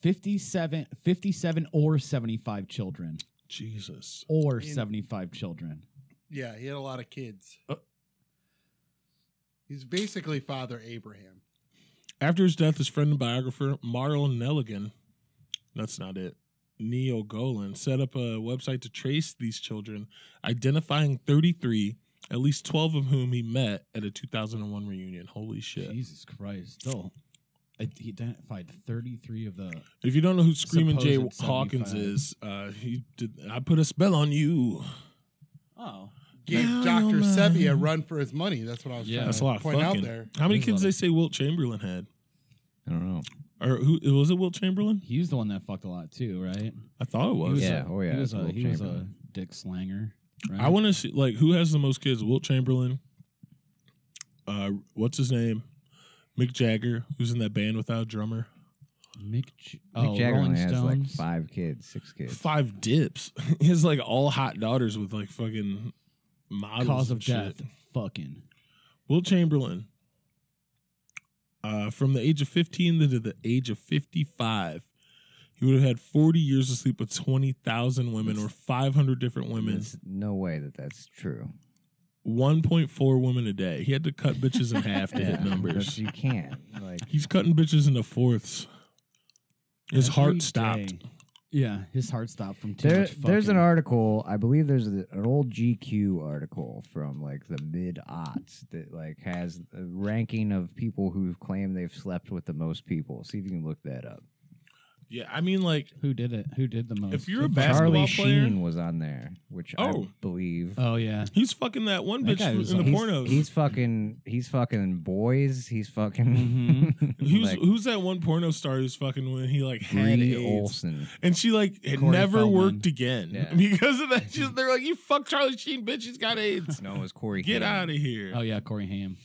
Speaker 4: 57, 57 or seventy five children
Speaker 5: Jesus.
Speaker 4: or
Speaker 3: In-
Speaker 4: seventy five children.
Speaker 3: Yeah, he had a lot of kids.
Speaker 5: Uh.
Speaker 3: He's basically Father Abraham.
Speaker 5: After his death, his friend and biographer Marl Nelligan, that's not it, Neil Golan, set up a website to trace these children, identifying 33, at least 12 of whom he met at a 2001 reunion. Holy shit.
Speaker 4: Jesus Christ, still. I- He identified thirty three of the
Speaker 5: If you don't know who Screaming Jay
Speaker 4: Supposed
Speaker 5: Hawkins
Speaker 4: 75.
Speaker 5: is, uh, he did, I put a spell on you.
Speaker 4: Oh.
Speaker 3: Gave
Speaker 5: Now
Speaker 3: Dr.
Speaker 5: you're
Speaker 3: Sebi a
Speaker 5: mine.
Speaker 3: run for his money. That's what I was
Speaker 4: Yeah,
Speaker 3: trying
Speaker 5: That's
Speaker 3: to
Speaker 5: a lot of
Speaker 3: point
Speaker 5: fucking.
Speaker 3: out there.
Speaker 5: How many
Speaker 4: There's a lot
Speaker 5: kids they
Speaker 4: of-
Speaker 5: say Wilt Chamberlain had?
Speaker 6: I don't know.
Speaker 5: Or who was it? Wilt Chamberlain?
Speaker 4: He was the one that fucked a lot too, right?
Speaker 5: I thought it was.
Speaker 6: Yeah. Oh yeah.
Speaker 4: he was,
Speaker 6: it's
Speaker 4: a,
Speaker 6: Wilt
Speaker 4: he was a
Speaker 6: Chamberlain.
Speaker 4: dick slanger. Right?
Speaker 5: I want to see like who has the most kids. Wilt Chamberlain. Uh, what's his name? Mick Jagger, who's in that band without a drummer.
Speaker 4: Mick, J-
Speaker 6: Mick
Speaker 4: oh,
Speaker 6: Jagger
Speaker 4: Rolling
Speaker 6: only has like
Speaker 4: Stones.
Speaker 6: five kids, six kids.
Speaker 5: Five dips. [laughs] he has like all hot daughters with like fucking models.
Speaker 4: Cause
Speaker 5: and
Speaker 4: of death,
Speaker 5: shit.
Speaker 4: fucking.
Speaker 5: Wilt Chamberlain. Uh, from the age of 15 to the age of 55, he would have had 40 years of sleep with 20,000 women or 500 different women,
Speaker 6: There's no way that that's true.
Speaker 5: 1.4 women a day. He had to cut bitches in half to
Speaker 6: [laughs]
Speaker 5: hit numbers.
Speaker 6: But you can't. Like
Speaker 5: He's cutting bitches into fourths. His
Speaker 4: Every
Speaker 5: heart stopped.
Speaker 4: day. Yeah, his heart stopped from too
Speaker 6: there,
Speaker 4: much fucking.
Speaker 6: there's an article. I believe there's a, an old GQ article from like the mid aughts that like has a ranking of people who claim they've slept with the most people. See if you can look that up.
Speaker 5: Yeah, I mean, like,
Speaker 4: Who did it? Who did the most?
Speaker 5: if you're
Speaker 4: Who-
Speaker 5: a basketball
Speaker 6: Charlie
Speaker 5: player,
Speaker 6: Sheen was on there, which
Speaker 5: Oh.
Speaker 6: I believe.
Speaker 4: Oh yeah,
Speaker 5: he's fucking that one
Speaker 4: That
Speaker 5: bitch
Speaker 4: guy
Speaker 5: in
Speaker 4: was
Speaker 5: the
Speaker 4: on-
Speaker 6: He's,
Speaker 5: pornos.
Speaker 6: he's fucking. He's fucking boys. He's fucking.
Speaker 4: Mhm.
Speaker 6: [laughs]
Speaker 5: who's
Speaker 6: like,
Speaker 5: who's that one porno star who's fucking when he like had
Speaker 6: Bree
Speaker 5: AIDS?
Speaker 6: Olson.
Speaker 5: and she like had
Speaker 4: Corey
Speaker 5: never
Speaker 4: Feldman.
Speaker 5: worked again
Speaker 6: Yeah.
Speaker 5: [laughs] because of that. She's, they're like, "You fuck Charlie Sheen, bitch. He's got
Speaker 6: [laughs]
Speaker 5: AIDS.
Speaker 6: No, it was Corey.
Speaker 5: Get
Speaker 6: Haim.
Speaker 5: out of here."
Speaker 4: oh yeah, Corey Haim.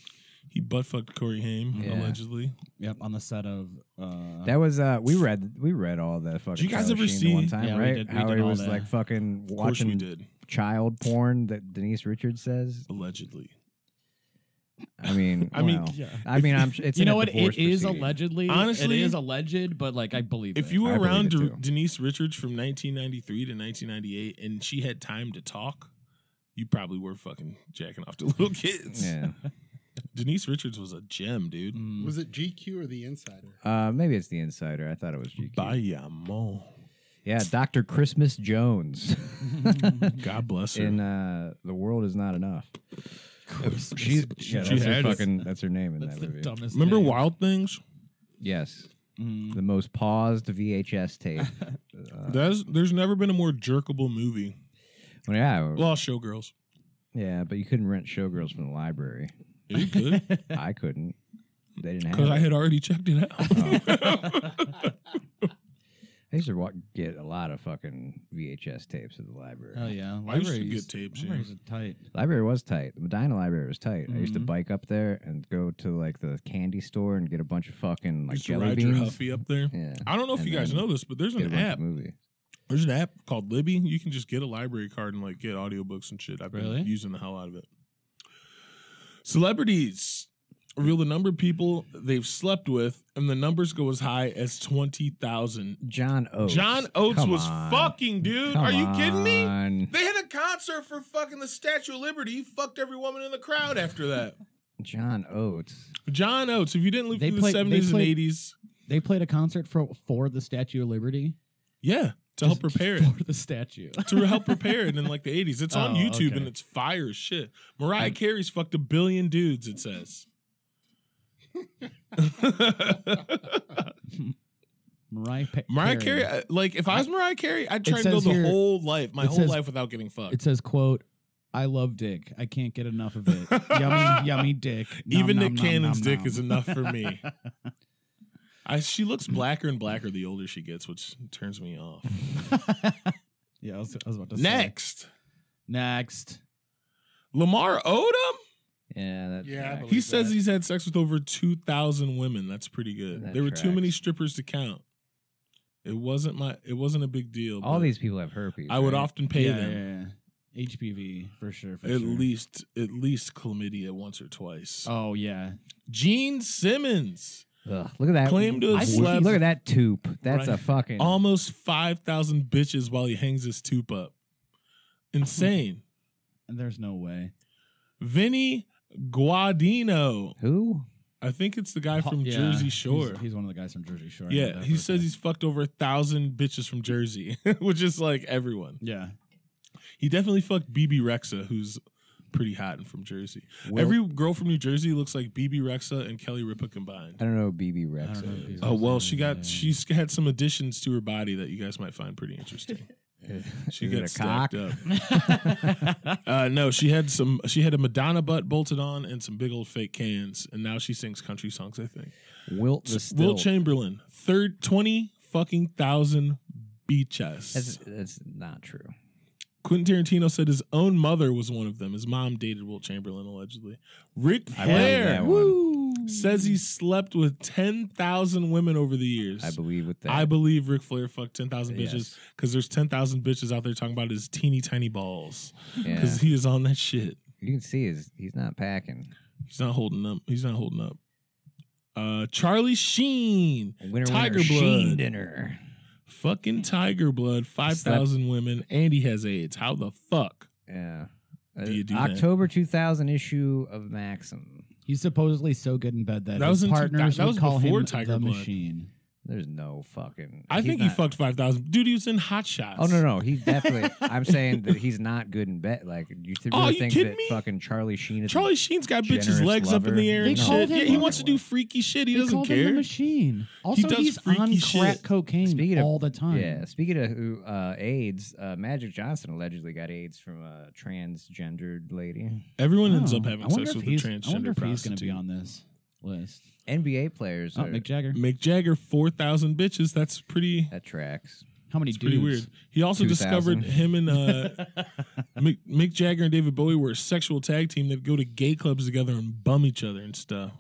Speaker 5: He butt fucked Corey Haim
Speaker 6: Yeah.
Speaker 5: allegedly.
Speaker 4: Yep, on the set of. Uh,
Speaker 6: That was uh we read we read all the fucking.
Speaker 5: you guys
Speaker 6: Charlie
Speaker 5: ever
Speaker 6: Sheen
Speaker 5: see-
Speaker 6: the one time
Speaker 4: Yeah, we
Speaker 6: right?
Speaker 4: did- we
Speaker 6: How
Speaker 4: did
Speaker 6: he
Speaker 4: all
Speaker 6: was
Speaker 4: that.
Speaker 6: like fucking
Speaker 5: Of course, we
Speaker 6: watching
Speaker 5: did
Speaker 6: child porn that Denise Richards says?
Speaker 5: allegedly.
Speaker 4: [laughs]
Speaker 6: I mean,
Speaker 5: I mean,
Speaker 6: well,
Speaker 4: yeah.
Speaker 6: I mean, I'm. It's
Speaker 4: you
Speaker 6: in a
Speaker 4: know what?
Speaker 6: divorce
Speaker 4: It is
Speaker 6: proceeding.
Speaker 4: allegedly.
Speaker 5: Honestly-
Speaker 4: it is alleged, but like I believe
Speaker 5: If
Speaker 4: it.
Speaker 5: you were
Speaker 6: I believe
Speaker 5: around
Speaker 6: it,
Speaker 5: De-
Speaker 6: too.
Speaker 5: Denise Richards from 1993 to 1998 and she had time to talk, you probably were fucking jacking off to [laughs] little kids.
Speaker 6: Yeah,
Speaker 5: Denise Richards was a gem, dude.
Speaker 4: Mm.
Speaker 3: Was it GQ or The Insider?
Speaker 4: [laughs]
Speaker 6: uh, maybe it's the Insider. I thought it was GQ.
Speaker 5: Vaya mo.
Speaker 6: Yeah, Doctor
Speaker 4: [laughs]
Speaker 6: Christmas Jones. [laughs]
Speaker 5: God bless her.
Speaker 6: in uh, the world is not enough. She's yeah,
Speaker 5: She
Speaker 6: that's her
Speaker 5: had it.
Speaker 6: fucking. That's her name in
Speaker 4: That's
Speaker 6: that
Speaker 4: the
Speaker 6: movie.
Speaker 4: dumbest.
Speaker 5: Remember
Speaker 4: thing.
Speaker 5: Wild Things?
Speaker 6: Yes,
Speaker 4: Mm.
Speaker 6: the most paused
Speaker 4: [laughs]
Speaker 6: VHS tape. Uh,
Speaker 5: There's, there's never been a more jerkable movie.
Speaker 6: well, yeah,
Speaker 5: Well, Showgirls.
Speaker 6: yeah, but you couldn't rent Showgirls from the library.
Speaker 5: Yeah,
Speaker 6: [laughs]
Speaker 5: You could,
Speaker 6: I couldn't. They didn't have.
Speaker 5: because I
Speaker 6: it.
Speaker 5: had already checked it
Speaker 6: Oh.
Speaker 5: [laughs] out.
Speaker 6: I used to wa- get a lot of fucking VHS tapes at the library.
Speaker 4: Oh yeah,
Speaker 5: I used to
Speaker 4: libraries.
Speaker 5: get tapes, yeah.
Speaker 4: Libraries are tight.
Speaker 6: Library was tight. The Medina library was tight. I used to
Speaker 5: Mm-hmm.
Speaker 4: Mhm.
Speaker 6: bike up there and go to like the candy store and get a bunch of fucking like
Speaker 5: Used to
Speaker 6: jelly
Speaker 5: ride your
Speaker 6: beans.
Speaker 5: Huffy up there.
Speaker 6: Yeah,
Speaker 5: I don't know if
Speaker 6: And
Speaker 5: you guys
Speaker 6: then
Speaker 5: know this, but there's
Speaker 6: get a
Speaker 5: an
Speaker 6: bunch of
Speaker 5: app.
Speaker 6: movie.
Speaker 5: There's an app called Libby. You can just get a library card and like get audiobooks and shit. I've been
Speaker 4: Really?
Speaker 5: using the hell out of it. Celebrities reveal the number of people they've slept with, and the numbers go as high as twenty thousand.
Speaker 6: John Oates.
Speaker 5: John Oates
Speaker 6: Come
Speaker 5: was
Speaker 6: on.
Speaker 5: fucking dude.
Speaker 6: Come
Speaker 5: Are you kidding me?
Speaker 6: on.
Speaker 5: They had a concert for fucking the Statue of Liberty. He fucked every woman in the crowd after that.
Speaker 6: John Oates.
Speaker 5: John Oates, if you didn't live
Speaker 4: They
Speaker 5: through
Speaker 4: play-
Speaker 5: the
Speaker 4: they
Speaker 5: seventies and
Speaker 4: play-
Speaker 5: eighties,
Speaker 4: They played a concert for for the Statue of Liberty
Speaker 5: yeah, to help prepare it. [laughs]
Speaker 2: [laughs]
Speaker 4: for the statue.
Speaker 5: to help prepare it in like the 80s. It's on
Speaker 4: Oh,
Speaker 5: YouTube
Speaker 4: okay.
Speaker 5: and it's fire as shit. Mariah Carey's fucked a billion dudes,
Speaker 2: [laughs]
Speaker 5: it says.
Speaker 2: Mariah Pa-
Speaker 5: Mariah
Speaker 2: Carey.
Speaker 5: Carey, uh, like if I was Mariah Carey, I'd try
Speaker 2: It
Speaker 5: and go
Speaker 2: says
Speaker 5: the
Speaker 2: here-
Speaker 5: whole life, my
Speaker 2: it
Speaker 5: whole
Speaker 2: says-
Speaker 5: life without getting fucked.
Speaker 2: It says, "quote I love dick. I can't get enough of
Speaker 5: [laughs]
Speaker 2: it. yummy, yummy dick. Nom,
Speaker 5: Even
Speaker 2: nom,
Speaker 5: Nick
Speaker 2: nom,
Speaker 5: Cannon's
Speaker 2: nom,
Speaker 5: dick
Speaker 2: nom."
Speaker 5: is enough for me. I, she looks blacker and blacker the older she gets, which turns me off.
Speaker 2: [laughs] yeah, I was, I was about to say
Speaker 5: Next,
Speaker 2: next.
Speaker 5: Lamar Odom.
Speaker 6: Yeah, that
Speaker 3: Yeah, I
Speaker 6: tracks.
Speaker 3: believe
Speaker 5: He says
Speaker 3: that.
Speaker 5: he's had sex with over 2,000 women. That's pretty good.
Speaker 6: That
Speaker 5: there were too
Speaker 6: tracks.
Speaker 5: many strippers to count. It wasn't my. It wasn't a big deal.
Speaker 6: all
Speaker 5: but
Speaker 6: these people have herpes.
Speaker 5: I would
Speaker 6: right?
Speaker 5: often pay
Speaker 2: yeah,
Speaker 5: them
Speaker 2: yeah, yeah. HPV for sure. For
Speaker 5: at
Speaker 2: sure.
Speaker 5: least at least chlamydia once or twice.
Speaker 2: Oh yeah,
Speaker 5: Gene Simmons
Speaker 6: Ugh, look at that.
Speaker 5: claimed to
Speaker 6: I
Speaker 5: have
Speaker 6: see-
Speaker 5: slept
Speaker 6: Look at that toop. That's
Speaker 5: Right. Um,
Speaker 6: a fucking.
Speaker 5: almost 5,000 bitches while he hangs his tube up.
Speaker 2: [laughs]
Speaker 5: Insane.
Speaker 2: and there's no way.
Speaker 5: Vinny Guadino.
Speaker 6: who?
Speaker 5: I think it's the guy from
Speaker 2: Yeah,
Speaker 5: Jersey
Speaker 2: he's-
Speaker 5: Shore.
Speaker 2: He's, one of the guys from Jersey Shore. I
Speaker 5: yeah,
Speaker 2: remember
Speaker 5: he
Speaker 2: that
Speaker 5: says
Speaker 2: birthday.
Speaker 5: he's fucked over a thousand bitches from Jersey, [laughs] which is like everyone.
Speaker 2: Yeah,
Speaker 5: He definitely fucked BB Rexa, who's pretty hot and from Jersey.
Speaker 6: Will-
Speaker 5: Every girl from New Jersey looks like BB Rexa and Kelly Ripa combined.
Speaker 6: I don't know. who BB
Speaker 2: I
Speaker 6: Rex.
Speaker 2: don't know
Speaker 6: is.
Speaker 2: if he's
Speaker 5: Oh well, she
Speaker 2: Yeah.
Speaker 5: got she's had some additions to her body that you guys might find pretty interesting. [laughs] She
Speaker 6: Is it
Speaker 5: got
Speaker 6: a cock?
Speaker 5: stacked up. uh, no, she had some. She had a Madonna butt bolted on and some big old fake cans, and now she sings country songs. I think.
Speaker 6: [laughs] Wilt the still.
Speaker 5: Will Chamberlain, third twenty fucking thousand beaches.
Speaker 6: That's, that's not true.
Speaker 5: Quentin Tarantino said his own mother was one of them. His mom dated Will Chamberlain allegedly. Rick
Speaker 6: I believe
Speaker 5: Flair
Speaker 6: that one.
Speaker 5: says he slept with ten thousand women over the years.
Speaker 6: Hmm. I believe with that.
Speaker 5: I believe Ric Flair fucked ten thousand bitches
Speaker 6: Yes.
Speaker 5: because there's ten thousand bitches out there talking about his teeny tiny balls
Speaker 6: Yeah.
Speaker 5: because he is on that shit.
Speaker 6: You can see his, he's not packing.
Speaker 5: He's not holding up. He's not holding up. Uh, Charlie Sheen,
Speaker 6: Winter,
Speaker 5: Tiger
Speaker 6: winter, Sheen
Speaker 5: Blood.
Speaker 6: dinner.
Speaker 5: fucking Tiger Blood, five thousand women, and he has AIDS. How the fuck?
Speaker 6: Yeah. Uh,
Speaker 5: Do you do that?
Speaker 6: October 2000 issue of Maxim.
Speaker 2: he's supposedly so good in bed that,
Speaker 5: That was
Speaker 2: his
Speaker 5: in two-
Speaker 2: partners
Speaker 5: that- that
Speaker 2: would
Speaker 5: was
Speaker 2: call
Speaker 5: before
Speaker 2: him
Speaker 5: Tiger
Speaker 2: the
Speaker 5: Blood.
Speaker 2: machine.
Speaker 6: There's no fucking.
Speaker 5: I
Speaker 6: he's
Speaker 5: think he
Speaker 6: not-
Speaker 5: fucked five thousand. Dude, he was in Hot Shots.
Speaker 6: Oh no, no, he definitely. I'm saying that he's not good in bed. Like, do you
Speaker 5: [laughs]
Speaker 6: th-
Speaker 5: Oh,
Speaker 6: really
Speaker 5: you
Speaker 6: think
Speaker 5: kidding
Speaker 6: that
Speaker 5: me?
Speaker 6: fucking Charlie Sheen is?
Speaker 5: Charlie Sheen's got
Speaker 6: Generous
Speaker 5: bitches' legs up in
Speaker 6: lover.
Speaker 5: the air
Speaker 2: They
Speaker 5: and
Speaker 2: called
Speaker 5: shit.
Speaker 2: him
Speaker 5: Yeah, he wants to do
Speaker 6: lover.
Speaker 5: freaking shit. He
Speaker 2: They
Speaker 5: doesn't
Speaker 2: called him
Speaker 5: care.
Speaker 2: the machine. Also,
Speaker 5: does
Speaker 2: he's
Speaker 5: freaky
Speaker 2: on crack
Speaker 5: shit.
Speaker 2: cocaine
Speaker 6: Speaking of-
Speaker 2: all the time.
Speaker 6: Yeah. Speaking of who, uh, AIDS, uh, Magic Johnson allegedly got AIDS from a transgendered lady.
Speaker 5: Everyone
Speaker 2: Oh,
Speaker 5: ends up having
Speaker 2: I wonder
Speaker 5: sex
Speaker 2: if
Speaker 5: with a
Speaker 2: he's-
Speaker 5: transgender
Speaker 2: I wonder if he's
Speaker 5: prostitute.
Speaker 2: going to be on this list.
Speaker 6: NBA players.
Speaker 2: Oh,
Speaker 6: are,
Speaker 2: Mick Jagger.
Speaker 5: Mick Jagger, four thousand bitches. That's pretty.
Speaker 6: that tracks.
Speaker 2: How many
Speaker 5: It's pretty
Speaker 2: dudes?
Speaker 5: weird. He also
Speaker 6: 2000.
Speaker 5: discovered him and uh,
Speaker 2: [laughs]
Speaker 5: Mick, Mick Jagger and David Bowie were a sexual tag team that go to gay clubs together and bum each other and stuff.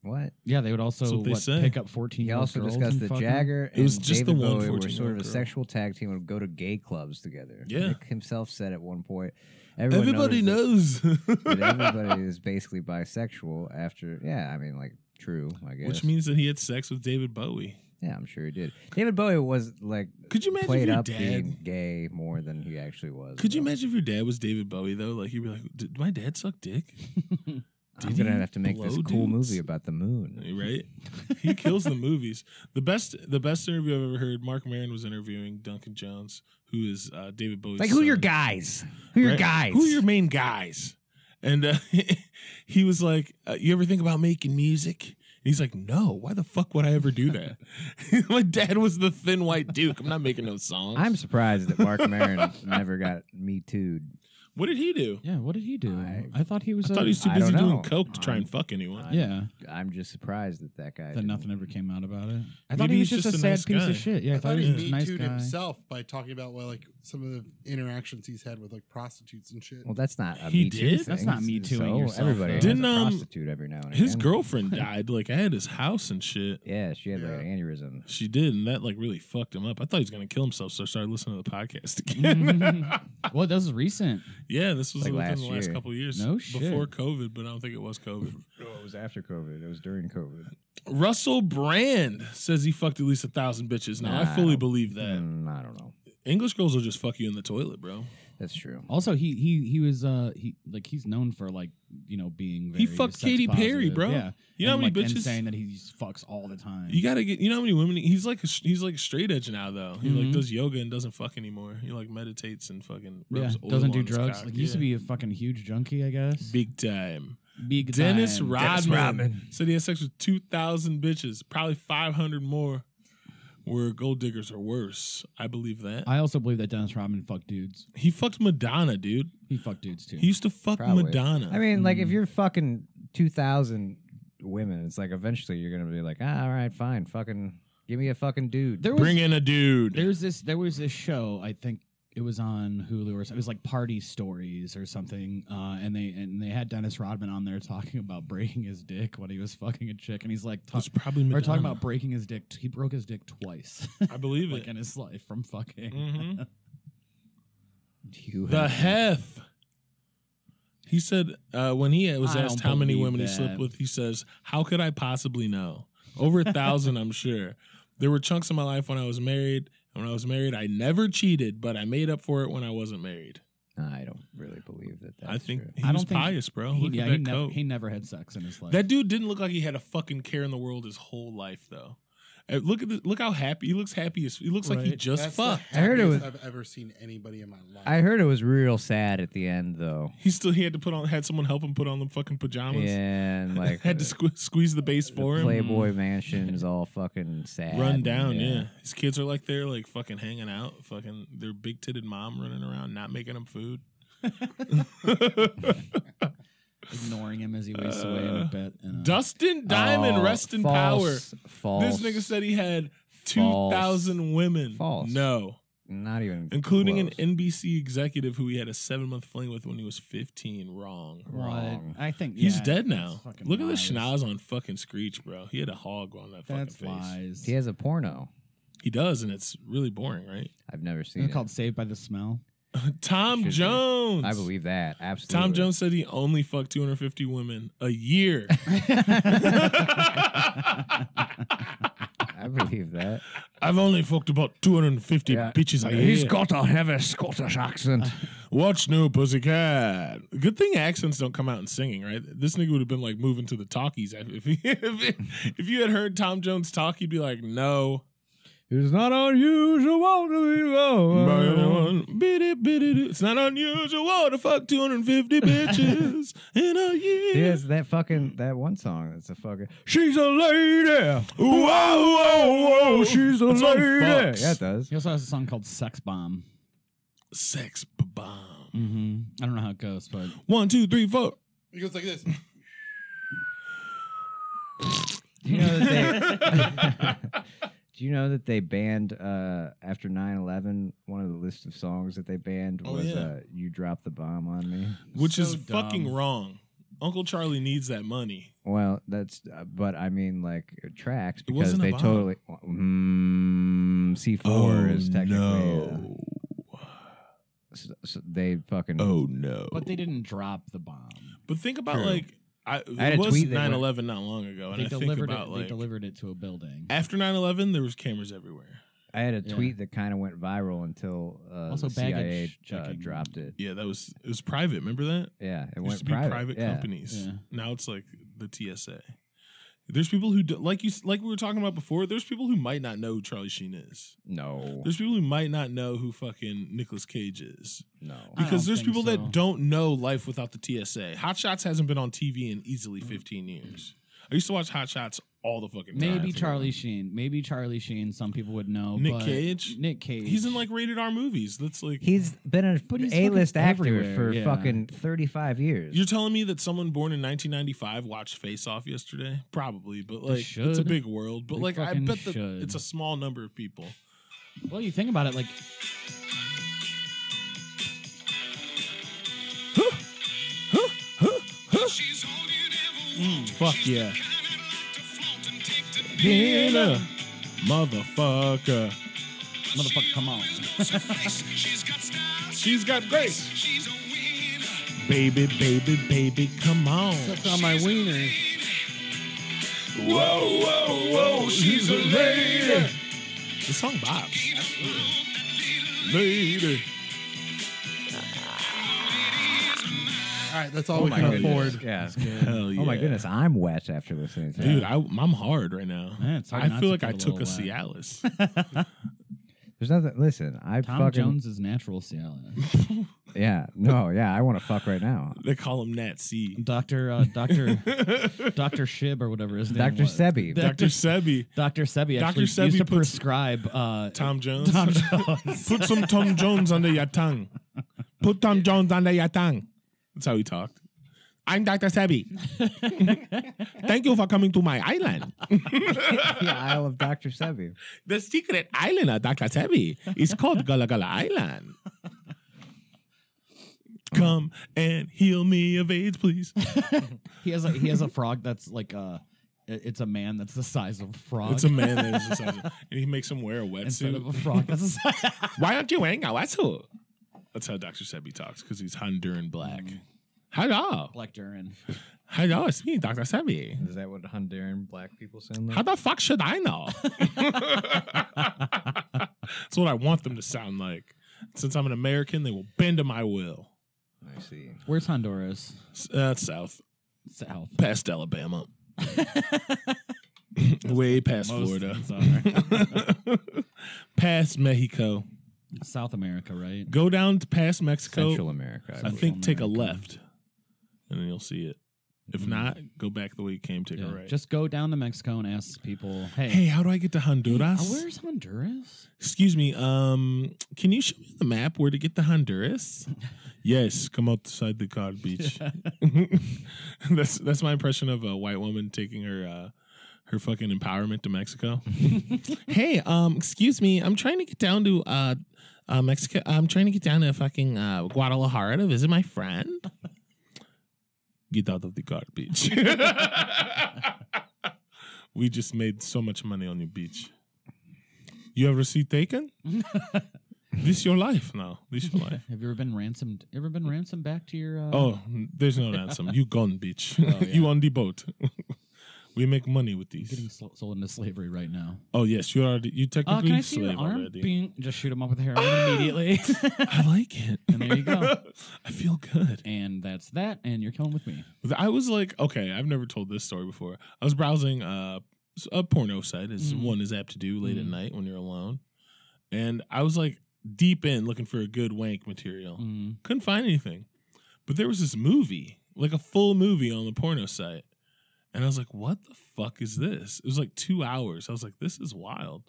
Speaker 6: What?
Speaker 2: Yeah, they would also
Speaker 5: That's what
Speaker 2: what
Speaker 5: they say.
Speaker 2: pick up fourteen.
Speaker 6: He also
Speaker 2: girls
Speaker 6: discussed
Speaker 2: and
Speaker 6: that
Speaker 2: fuck 'em?
Speaker 6: Jagger and
Speaker 5: was just the
Speaker 6: David
Speaker 5: one
Speaker 6: Bowie were
Speaker 5: 14-year-old
Speaker 6: sort of a
Speaker 5: girl.
Speaker 6: sexual tag team and would go to gay clubs together.
Speaker 5: Yeah.
Speaker 6: Nick himself said at one point, everyone
Speaker 5: Everybody
Speaker 6: knows. that-
Speaker 5: knows. [laughs]
Speaker 6: that everybody is basically bisexual after yeah i mean like true i guess
Speaker 5: Which means that he had sex with David Bowie.
Speaker 6: yeah i'm sure he did david bowie was like
Speaker 5: Could you imagine if
Speaker 6: played
Speaker 5: your
Speaker 6: up
Speaker 5: dad-
Speaker 6: being gay more than he actually was
Speaker 5: Could you
Speaker 6: though.
Speaker 5: imagine if your dad was David Bowie though? Like you'd be like, "Did my dad suck dick?"
Speaker 6: i'm
Speaker 5: did
Speaker 6: gonna
Speaker 5: he
Speaker 6: have to make this
Speaker 5: blow
Speaker 6: cool
Speaker 5: dudes?
Speaker 6: movie about the moon [laughs]
Speaker 5: right? he kills the movies. The best, the best interview I've ever heard. Mark Maron was interviewing Duncan Jones, who is uh, David Bowie's.
Speaker 6: like who your
Speaker 5: son.
Speaker 6: guys who your
Speaker 5: Right?
Speaker 6: guys
Speaker 5: Who are your main guys? And uh, [laughs] he was like, uh, "You ever think about making music?" And he's like, "No. Why the fuck would I ever do that? [laughs] My dad was the thin white duke. I'm not making no songs.
Speaker 6: i'm surprised
Speaker 5: [laughs]
Speaker 6: that mark maron never got me too'd
Speaker 5: what did he do?
Speaker 2: Yeah, what did he do?
Speaker 6: I-
Speaker 2: I, thought he was.
Speaker 5: I
Speaker 2: a-
Speaker 5: thought he was too
Speaker 6: I don't
Speaker 5: busy doing
Speaker 6: know. Um,
Speaker 5: coke to try
Speaker 6: I'm-
Speaker 5: and fuck anyone.
Speaker 6: I'm-
Speaker 2: yeah,
Speaker 6: i'm just surprised that that guy
Speaker 2: that
Speaker 6: didn't-
Speaker 2: nothing ever came out about it. I thought
Speaker 5: Maybe
Speaker 2: he was
Speaker 5: he's
Speaker 2: just,
Speaker 5: just
Speaker 2: a
Speaker 5: a
Speaker 2: sad
Speaker 5: nice
Speaker 2: piece
Speaker 5: guy.
Speaker 2: of shit. Yeah,
Speaker 3: I thought he
Speaker 2: was a
Speaker 3: me
Speaker 2: nice
Speaker 3: too'd
Speaker 2: guy.
Speaker 3: himself by talking about well, like some of the interactions he's had with like prostitutes and shit.
Speaker 6: well that's not a
Speaker 5: He
Speaker 6: me too
Speaker 5: did?
Speaker 6: thing.
Speaker 2: That's not Me Too-ing
Speaker 6: so
Speaker 2: yourself,
Speaker 6: everybody
Speaker 2: though.
Speaker 6: has
Speaker 5: Didn't,
Speaker 6: a
Speaker 5: um,
Speaker 6: prostitute every now and
Speaker 5: His
Speaker 6: again.
Speaker 5: girlfriend
Speaker 6: [laughs]
Speaker 5: died. Like I had his house and shit.
Speaker 6: yeah she had like
Speaker 3: Yeah.
Speaker 6: an aneurysm
Speaker 5: She did, and that like really fucked him up. I thought he was gonna kill himself, so I started listening to the podcast [laughs] again.
Speaker 2: well, that was recent.
Speaker 5: yeah, this was
Speaker 6: Like
Speaker 5: within
Speaker 6: last
Speaker 5: the last
Speaker 6: year.
Speaker 5: couple of years.
Speaker 2: No
Speaker 5: Before
Speaker 2: shit.
Speaker 5: COVID, but I don't think it Oh, was COVID.
Speaker 6: No, it was after COVID. It was during COVID.
Speaker 5: Russell Brand says he fucked at least a thousand bitches. Now I
Speaker 6: Nah.
Speaker 5: fully believe that.
Speaker 2: Hmm.
Speaker 6: Mm, I don't know.
Speaker 5: English girls will just fuck you in the toilet, bro.
Speaker 6: That's true.
Speaker 2: Also, he he he was uh he like he's known for like you know being very
Speaker 5: He fucked
Speaker 2: sex
Speaker 5: Katy Perry,
Speaker 2: positive.
Speaker 5: bro.
Speaker 2: Yeah,
Speaker 5: You know
Speaker 2: and,
Speaker 5: how many
Speaker 2: like,
Speaker 5: bitches
Speaker 2: and saying that he fucks all the time.
Speaker 5: you gotta get. You know how many women he's like. A, he's like straight edge now, though. He like
Speaker 2: Mhm.
Speaker 5: does yoga and doesn't fuck anymore. He like meditates and fucking
Speaker 2: yeah,
Speaker 5: rubs oil
Speaker 2: doesn't
Speaker 5: on
Speaker 2: do
Speaker 5: his
Speaker 2: drugs.
Speaker 5: cock.
Speaker 2: Like used to
Speaker 5: Yeah.
Speaker 2: be a fucking huge junkie, I guess.
Speaker 5: big time.
Speaker 2: Big
Speaker 5: Dennis
Speaker 2: time.
Speaker 5: Rodman,
Speaker 6: Rodman.
Speaker 5: said he had sex with 2,000 bitches, probably 500 more. where gold diggers are worse. I believe that.
Speaker 4: I also believe that Dennis Rodman fucked dudes.
Speaker 5: he fucked Madonna, dude.
Speaker 4: He fucked dudes too.
Speaker 5: He used to fuck
Speaker 6: Probably.
Speaker 5: Madonna.
Speaker 6: I mean, like if
Speaker 5: Hmm.
Speaker 6: you're fucking two thousand women, it's like eventually you're gonna be like, ah, all right, fine, fucking give me a fucking dude.
Speaker 4: there was
Speaker 5: bring in a dude.
Speaker 4: there's this there was this show I think it was on Hulu or something. it was like Party Stories or something, uh, and they and they had Dennis Rodman on there talking about breaking his dick when he was fucking a chick, and he's like,
Speaker 5: It's
Speaker 4: talk,
Speaker 5: probably
Speaker 4: we're
Speaker 5: Madonna.
Speaker 4: talking about breaking his dick. He broke his dick twice,
Speaker 5: I believe
Speaker 4: [laughs] like
Speaker 5: it.
Speaker 4: in his life from fucking.
Speaker 5: Mhm.
Speaker 6: You
Speaker 5: The
Speaker 6: have-
Speaker 5: hef. He said uh, when he was
Speaker 4: I
Speaker 5: asked
Speaker 4: don't
Speaker 5: how many
Speaker 4: believe
Speaker 5: women he
Speaker 4: that.
Speaker 5: slept with, he says, "How could I possibly know?
Speaker 4: [laughs]
Speaker 5: Over a thousand, I'm sure. There were chunks of my life when I was married. And when I was married, I never cheated, but I made up for it when I wasn't married.
Speaker 6: I don't really believe that. That's
Speaker 5: I think
Speaker 6: true.
Speaker 5: he
Speaker 4: I
Speaker 5: was
Speaker 4: don't think-
Speaker 5: pious, bro.
Speaker 4: He,
Speaker 5: Look
Speaker 4: yeah,
Speaker 5: at
Speaker 4: he
Speaker 5: that
Speaker 4: never,
Speaker 5: coat.
Speaker 4: he never had sex in his life.
Speaker 5: That dude didn't look like he had a fucking care in the world his whole life, though. Uh, Look at this, look how happy he looks. Happy as he looks like he
Speaker 4: Right.
Speaker 5: just
Speaker 3: That's the
Speaker 5: fucked.
Speaker 6: I heard it
Speaker 3: happiest
Speaker 6: was-
Speaker 3: I've ever seen anybody in my life.
Speaker 6: I heard it was real sad at the end though.
Speaker 5: He still he had to put on had someone help him put on the fucking pajamas. [laughs]
Speaker 6: And like uh,
Speaker 5: had to sque- squeeze the base
Speaker 6: the
Speaker 5: for him. [laughs]
Speaker 6: Playboy Mansion is all fucking sad.
Speaker 5: Run
Speaker 6: and, uh,
Speaker 5: down, yeah. His kids are like they're like fucking hanging out, fucking their big titted mom running around, not making them
Speaker 6: [laughs]
Speaker 5: food. [laughs]
Speaker 4: ignoring him as he wastes away in
Speaker 5: Uh,
Speaker 4: a bit. You know.
Speaker 5: Dustin Diamond,
Speaker 6: Oh,
Speaker 5: rest in
Speaker 6: false,
Speaker 5: power.
Speaker 6: False.
Speaker 5: This nigga said he had two
Speaker 6: False.
Speaker 5: thousand women.
Speaker 6: False.
Speaker 5: No,
Speaker 6: not even
Speaker 5: including
Speaker 6: close.
Speaker 5: an NBC executive who he had a seven month fling with when he was fifteen. Wrong.
Speaker 6: wrong.
Speaker 4: What? I think
Speaker 5: He's
Speaker 4: yeah,
Speaker 5: dead
Speaker 4: that's
Speaker 5: now.
Speaker 4: fucking
Speaker 5: Look at the
Speaker 4: lies.
Speaker 5: schnoz on fucking Screech, bro. He had a hog on that fucking
Speaker 4: That's
Speaker 5: face.
Speaker 4: lies.
Speaker 6: He has a porno.
Speaker 5: He does, and it's really boring, right?
Speaker 6: I've never seen
Speaker 4: They're
Speaker 6: it.
Speaker 4: called Saved by the Smell.
Speaker 5: Tom
Speaker 6: Should be.
Speaker 5: Jones.
Speaker 6: I believe that absolutely.
Speaker 5: Tom Jones said he only fucked 250 women a year.
Speaker 6: [laughs]
Speaker 5: [laughs]
Speaker 6: I believe that.
Speaker 5: [laughs] I've only fucked about 250
Speaker 6: Yeah.
Speaker 5: bitches a year.
Speaker 6: got to have a
Speaker 5: [laughs]
Speaker 6: Scottish accent.
Speaker 5: What's new, pussycat? Good thing accents don't come out in singing, right? This nigga would have been like moving to the talkies. [laughs] If, he, if, if you had heard Tom Jones talk, you'd be like, no.
Speaker 6: It's not unusual to be wrong.
Speaker 5: uh, Bitty, bitty, do. It's not unusual to fuck 250
Speaker 6: [laughs]
Speaker 5: bitches in a year.
Speaker 6: Yes, that fucking that one song. That's a fucking.
Speaker 5: She's a lady. Whoa, whoa, whoa.
Speaker 6: Oh, She's a
Speaker 5: That song
Speaker 6: lady.
Speaker 5: fucks.
Speaker 6: Yeah, it does.
Speaker 4: He also has a song called Sex Bomb.
Speaker 5: Sex bomb.
Speaker 4: Mm-hmm. I don't know how it goes, but
Speaker 5: One, two, three, four.
Speaker 3: It goes like this.
Speaker 6: Do you know that [laughs] they? Do you know that they banned uh, after 9-11, One of the list of songs that they banned
Speaker 5: Oh,
Speaker 6: was
Speaker 5: yeah.
Speaker 6: uh, "You Dropped the Bomb on Me."
Speaker 5: Which
Speaker 4: So
Speaker 5: is
Speaker 4: dumb.
Speaker 5: fucking wrong. Uncle Charlie needs that money.
Speaker 6: Well, that's uh, but I mean like tracks
Speaker 5: It
Speaker 6: because
Speaker 5: wasn't a
Speaker 6: they
Speaker 5: bomb. Oh,
Speaker 6: totally mm, C four is technically uh, s s- they fucking
Speaker 5: Oh, no.
Speaker 4: but they didn't drop the bomb.
Speaker 5: But think about
Speaker 6: True.
Speaker 5: like, I, it
Speaker 6: had a
Speaker 5: was
Speaker 6: tweet that
Speaker 5: 9 11 not long ago. Oh, And
Speaker 4: They
Speaker 5: I think
Speaker 4: delivered
Speaker 5: about
Speaker 4: it.
Speaker 5: like,
Speaker 4: they delivered it to a building.
Speaker 5: after 9 11, there was cameras everywhere.
Speaker 6: I had a
Speaker 4: Yeah.
Speaker 6: tweet that kind of went viral until uh,
Speaker 4: Also
Speaker 6: the CIA
Speaker 4: baggage
Speaker 6: uh,
Speaker 4: checking.
Speaker 6: dropped it.
Speaker 5: Yeah, that was, it was private. Remember that?
Speaker 6: Yeah, it
Speaker 5: It
Speaker 6: went
Speaker 5: used to be private,
Speaker 6: yeah.
Speaker 5: companies.
Speaker 4: Yeah.
Speaker 5: Now it's like the TSA. There's people who, do, like you, s- like we were talking about before. There's people who might not know who Charlie Sheen is.
Speaker 6: No,
Speaker 5: There's people who might not know who fucking Nicolas Cage is
Speaker 6: no.
Speaker 4: I
Speaker 5: because
Speaker 4: don't
Speaker 5: there's
Speaker 4: think
Speaker 5: people
Speaker 4: so.
Speaker 5: that don't know life without the TSA. Hot Shots hasn't been on TV in easily 15 years. I used to watch Hot Shots all the fucking time.
Speaker 4: Maybe Charlie Sheen. Maybe Charlie Sheen. Some people would know.
Speaker 5: Nick
Speaker 4: but
Speaker 5: Cage?
Speaker 4: Nick Cage.
Speaker 5: He's in like rated R movies. That's like
Speaker 6: He's been a
Speaker 4: But he's fucking
Speaker 6: A list actor
Speaker 4: everywhere,
Speaker 6: for
Speaker 4: yeah.
Speaker 6: fucking thirty five years.
Speaker 5: you're telling me that someone born in 1995 watched Face Off yesterday? Probably, but like it's a
Speaker 4: should.
Speaker 5: big world. But
Speaker 4: They
Speaker 5: like I
Speaker 4: fucking
Speaker 5: bet that
Speaker 4: should.
Speaker 5: it's a small number of people.
Speaker 4: Well, you think about it, like Hmm,
Speaker 5: Fuck yeah. Dinner, motherfucker.
Speaker 4: motherfucker, come on.
Speaker 5: She's got grace. Baby, baby, baby, come on.
Speaker 3: That's on my wiener.
Speaker 5: Whoa, whoa, whoa, she's a lady. The song bops. Lady.
Speaker 3: All right, that's all we can afford.
Speaker 6: Yeah.
Speaker 5: Hell yeah.
Speaker 6: [laughs] Oh my goodness, I'm wet after listening to that.
Speaker 5: Dude, I, I'm hard right now.
Speaker 4: Yeah, it's hard
Speaker 5: I
Speaker 4: not
Speaker 5: feel
Speaker 4: to
Speaker 5: like
Speaker 4: get [laughs]
Speaker 5: I
Speaker 4: a
Speaker 5: took a
Speaker 4: little wet.
Speaker 5: Cialis.
Speaker 6: There's nothing. Listen, I
Speaker 4: Tom
Speaker 6: fucking
Speaker 4: Jones is natural Cialis.
Speaker 6: yeah. No, yeah, I want to fuck
Speaker 5: [laughs]
Speaker 6: right now.
Speaker 5: They call him
Speaker 4: [laughs]
Speaker 5: Nat C.
Speaker 4: Doctor uh,
Speaker 6: [laughs]
Speaker 4: Doctor
Speaker 5: Dr.
Speaker 4: Doctor Shib or whatever his name
Speaker 6: Doctor
Speaker 4: was.
Speaker 6: Sebi.
Speaker 5: Sebi.
Speaker 4: Doctor Sebi
Speaker 5: Dr.
Speaker 4: actually
Speaker 5: Sebi
Speaker 4: used to
Speaker 5: puts-
Speaker 4: prescribe uh,
Speaker 5: Tom Jones. [laughs]
Speaker 4: Tom Jones.
Speaker 5: Put some Tom Jones under your tongue. Put Tom Jones under your tongue. That's how he talked. I'm
Speaker 4: [laughs]
Speaker 5: Dr. Sebi. Thank you for coming to my island.
Speaker 6: the Isle of Doctor Sebi.
Speaker 5: The secret island of Dr. Sebi is called Gullah Gullah Island. Come and heal me of AIDS, please.
Speaker 4: he has a he has a frog that's like a it's a man that's the size of a frog.
Speaker 5: It's a man that is the size of- and he makes him wear a
Speaker 4: instead of
Speaker 5: wetsuit.
Speaker 4: a frog that's the size.
Speaker 5: Why aren't you wearing a wetsuit? That's how Dr. Sebi talks because he's Honduran black.
Speaker 4: Mm.
Speaker 5: Hello.
Speaker 4: Black Durin.
Speaker 5: Hello, it's me, Dr. Sebi.
Speaker 6: Is that what Honduran black people sound
Speaker 5: How the fuck should I [laughs] know? That's what I want them to sound like. Since I'm an American, they will bend to my will.
Speaker 6: I see.
Speaker 4: Where's Honduras?
Speaker 5: S- Uh, south,
Speaker 4: South. [laughs]
Speaker 5: past Alabama, way past
Speaker 4: Most
Speaker 5: Florida,
Speaker 4: things are.
Speaker 5: [laughs] past Mexico.
Speaker 4: South America, right?
Speaker 5: Go down to past Mexico.
Speaker 6: Central America.
Speaker 5: I
Speaker 6: believe.
Speaker 5: think take a
Speaker 4: America.
Speaker 5: left, and then you'll see it. If not, go back the way you came. Take
Speaker 4: Mm-hmm. Yeah.
Speaker 5: a right.
Speaker 4: Just go down to Mexico and ask people, hey,
Speaker 5: hey, how do I get to Honduras?
Speaker 4: uh, where's Honduras?
Speaker 5: Excuse me. Um, can you show me the map where to get to Honduras? yes, come outside the cod beach. that's that's my impression of a white woman taking her uh, her fucking empowerment to Mexico. hey, um, excuse me. I'm trying to get down to uh, uh, Mexico. I'm trying to get down to fucking uh, Guadalajara to visit my friend. Get out of the cod beach. we just made so much money on your beach. You ever see Taken? this your life now. This your life.
Speaker 4: [laughs] Have you ever been ransomed? Ever been ransomed back to your? Uh,
Speaker 5: Oh, there's no ransom. You gone,
Speaker 4: [laughs]
Speaker 5: bitch.
Speaker 4: Oh,
Speaker 5: you on the boat. [laughs] we make money with
Speaker 4: you're getting
Speaker 5: these.
Speaker 4: sol- sold into slavery right now.
Speaker 5: Oh yes, you are. You
Speaker 4: Uh,
Speaker 5: technically
Speaker 4: can I see your
Speaker 5: slave
Speaker 4: arm?
Speaker 5: already. Ah!
Speaker 4: Bing. just shoot him up with heroin immediately.
Speaker 5: [laughs] I
Speaker 4: [laughs]
Speaker 5: like it.
Speaker 4: And there you go.
Speaker 5: [laughs] I feel good.
Speaker 4: and that's that. And you're coming with me.
Speaker 5: I was like, okay, I've never told this story before. I was browsing uh, s- a porno site, as
Speaker 4: Mhm.
Speaker 5: one is apt to do late
Speaker 4: Mhm.
Speaker 5: at night when you're alone, and I was like deep in looking for a good wank material.
Speaker 4: Mm.
Speaker 5: couldn't find anything. But there was this movie, like a full movie on the porno site. And I was like, what the fuck is this? It was like two hours. I was like, this is wild.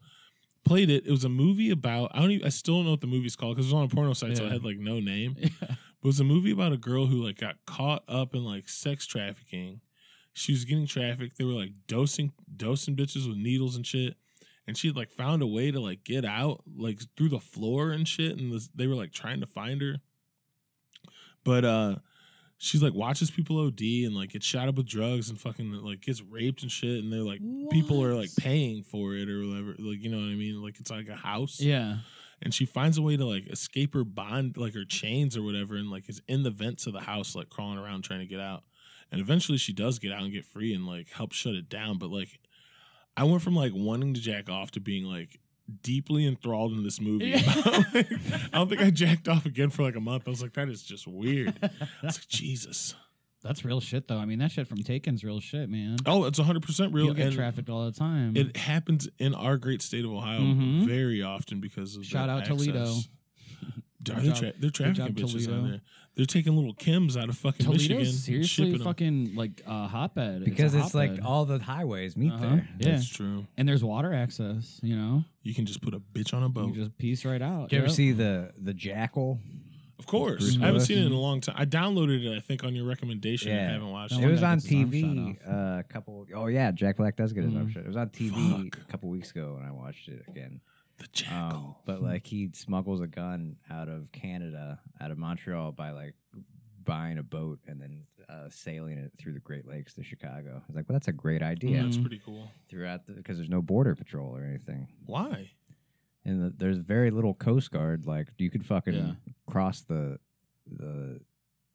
Speaker 5: Played it. It was a movie about, I don't even, I still don't know what the movie's called because it was on a porno site, so it
Speaker 4: Yeah.
Speaker 5: had like no name. But it was a movie about a girl who like got caught up in like sex trafficking. She was getting trafficked. They were like dosing, dosing bitches with needles and shit. And she had like found a way to like get out, like through the floor and shit. And this, they were like trying to find her but uh she's like watches people OD and like gets shot up with drugs and fucking like gets raped and shit and they're like people are like paying for it or whatever like you know what I mean like it's like a house
Speaker 4: Yeah.
Speaker 5: and she finds a way to like escape her bond like her chains or whatever and like is in the vents of the house like crawling around trying to get out and eventually she does get out and get free and like help shut it down but like I went from like wanting to jack off to being like deeply enthralled in this movie [laughs]
Speaker 4: Yeah.
Speaker 5: about, like, I don't think I jacked off again for like a month I was like that is
Speaker 4: [laughs]
Speaker 5: just weird I was like, Jesus.
Speaker 4: That's real shit, though. I mean, that shit from Taken's real shit, man.
Speaker 5: Oh, it's 100% real.
Speaker 4: People get
Speaker 5: and
Speaker 4: trafficked all the time.
Speaker 5: It happens in our great state of Ohio
Speaker 4: Mhm.
Speaker 5: very often because of
Speaker 4: Shout
Speaker 5: that
Speaker 4: out Toledo.
Speaker 5: access. Are
Speaker 4: [laughs] Good
Speaker 5: they
Speaker 4: job-
Speaker 5: tra- they're
Speaker 4: good
Speaker 5: trafficking
Speaker 4: job,
Speaker 5: bitches out
Speaker 4: Toledo.
Speaker 5: there. They're taking little Kims out of fucking
Speaker 4: Toledo's
Speaker 5: Michigan. and
Speaker 4: seriously
Speaker 5: shipping 'em.
Speaker 4: fucking like a hotbed a
Speaker 6: Because it's, like
Speaker 4: hotbed.
Speaker 6: all the highways meet
Speaker 4: Uh-huh.
Speaker 6: there.
Speaker 4: Yeah,
Speaker 5: That's true.
Speaker 4: and there's water access. You know,
Speaker 5: You can just put a bitch on a
Speaker 4: you
Speaker 5: boat.
Speaker 4: just piece right out.
Speaker 6: Did you ever
Speaker 4: Yep.
Speaker 6: see the the jackal?
Speaker 5: of course.
Speaker 6: Bruce
Speaker 5: I haven't
Speaker 6: Willis.
Speaker 5: seen it in a long time. I downloaded it, I think, on your recommendation. I
Speaker 6: Yeah.
Speaker 5: haven't watched
Speaker 4: That
Speaker 5: it.
Speaker 6: it
Speaker 4: one
Speaker 6: was
Speaker 4: guy
Speaker 6: on
Speaker 4: gets his arm
Speaker 6: TV
Speaker 4: shot
Speaker 6: uh, a couple. Oh yeah, Jack Black does get his arm
Speaker 4: Mhm.
Speaker 6: shot. It was on TV
Speaker 5: Fuck.
Speaker 6: a couple weeks ago, and I watched it again.
Speaker 5: The Jackal.
Speaker 6: Um,
Speaker 4: Oh,
Speaker 6: but like he smuggles a gun out of Canada, out of Montreal, by like buying a boat and then uh, sailing it through the Great Lakes to Chicago. I was like, well, that's a great idea
Speaker 4: Mm. um,
Speaker 5: That's pretty cool.
Speaker 6: throughout the because there's no border patrol or anything,
Speaker 5: Why?
Speaker 6: and the, there's very little Coast Guard. Like you could fucking
Speaker 4: Yeah.
Speaker 6: cross the the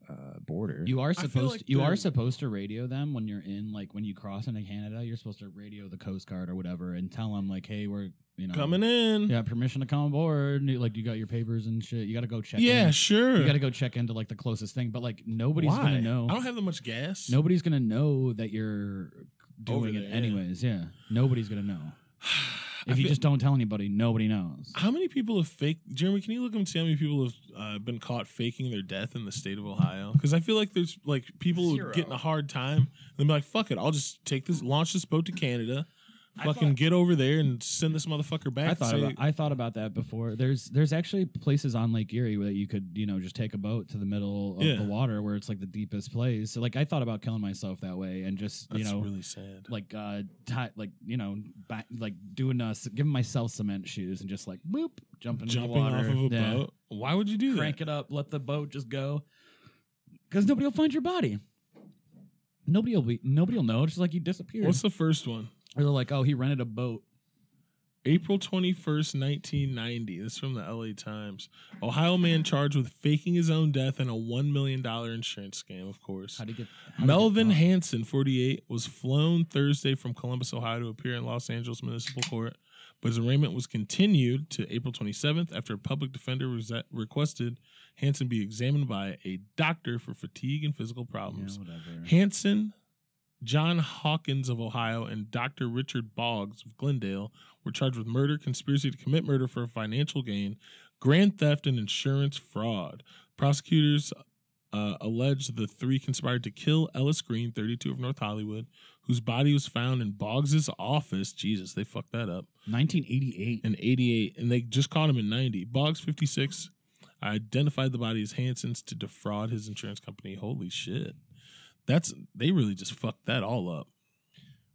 Speaker 6: uh, border.
Speaker 4: You are
Speaker 5: feel
Speaker 4: supposed
Speaker 5: like
Speaker 4: you
Speaker 5: they're-
Speaker 4: are supposed to radio them when you're in like when you cross into Canada. You're supposed to radio the Coast Guard or whatever and tell them like, hey, we're you know
Speaker 5: Coming in.
Speaker 4: You
Speaker 5: Yeah,
Speaker 4: got permission to come aboard. and you- Like you got your papers and shit. You got to go check. in.
Speaker 5: sure.
Speaker 4: You got to go check into like the closest thing. But like nobody's
Speaker 5: Why?
Speaker 4: gonna know.
Speaker 5: I don't have that much gas.
Speaker 4: Nobody's gonna know that you're
Speaker 5: Over
Speaker 4: doing
Speaker 5: there,
Speaker 4: it
Speaker 5: yeah.
Speaker 4: anyways. Yeah. Nobody's gonna know. If you just don't tell anybody, nobody knows.
Speaker 5: How many people have faked? Jeremy, can you look up and see how many people have uh, been caught faking their death in the state of Ohio? Because I feel like there's like people who
Speaker 6: Zero.
Speaker 5: get in a hard time and they're like, "Fuck it, I'll just take this, launch this boat to Canada, fucking get over there and send this motherfucker back."
Speaker 4: I
Speaker 5: and
Speaker 4: thought
Speaker 5: say-
Speaker 4: about, I thought about that before. There's there's actually places on Lake Erie where you could you know just take a boat to the middle of
Speaker 5: Yeah.
Speaker 4: the water where it's like the deepest place. So like I thought about killing myself that way and just
Speaker 5: that's
Speaker 4: you know
Speaker 5: really sad.
Speaker 4: like uh ti- like you know ba- like doing uh s- giving myself cement shoes and just like boop jumping in the
Speaker 5: Jumping
Speaker 4: water,
Speaker 5: off of a
Speaker 4: Yeah.
Speaker 5: boat. Why would you do
Speaker 4: crank it up, let the boat just go, because nobody will find your body. Nobody will be nobody will know. It's just like you
Speaker 5: that?
Speaker 4: disappeared.
Speaker 5: What's the first one?
Speaker 4: or they're like, oh, he rented a boat.
Speaker 5: April 21st, 1990. This is from the LA Times. Ohio man charged with faking his own death in a $1 million insurance scam, of course.
Speaker 4: How do you get how do you get
Speaker 5: Melvin
Speaker 4: caught?
Speaker 5: Hansen, 48, was flown Thursday from Columbus, Ohio to appear in Los Angeles Municipal Court, but his arraignment was continued to April 27th after a public defender res- requested Hansen be examined by a doctor for fatigue and physical problems.
Speaker 4: Yeah, whatever.
Speaker 5: Hanson, John Hawkins of Ohio, and Dr. Richard Boggs of Glendale were charged with murder, conspiracy to commit murder for financial gain, grand theft, and insurance fraud. Prosecutors uh, alleged the three conspired to kill Ellis Green, 32 of North Hollywood, whose body was found in Boggs's office. Jesus, they fucked that up
Speaker 4: 1988.
Speaker 5: in 88 and they just caught him in 90 boggs 56 identified the body as hanson's to defraud his insurance company holy shit that's they really just fucked that all up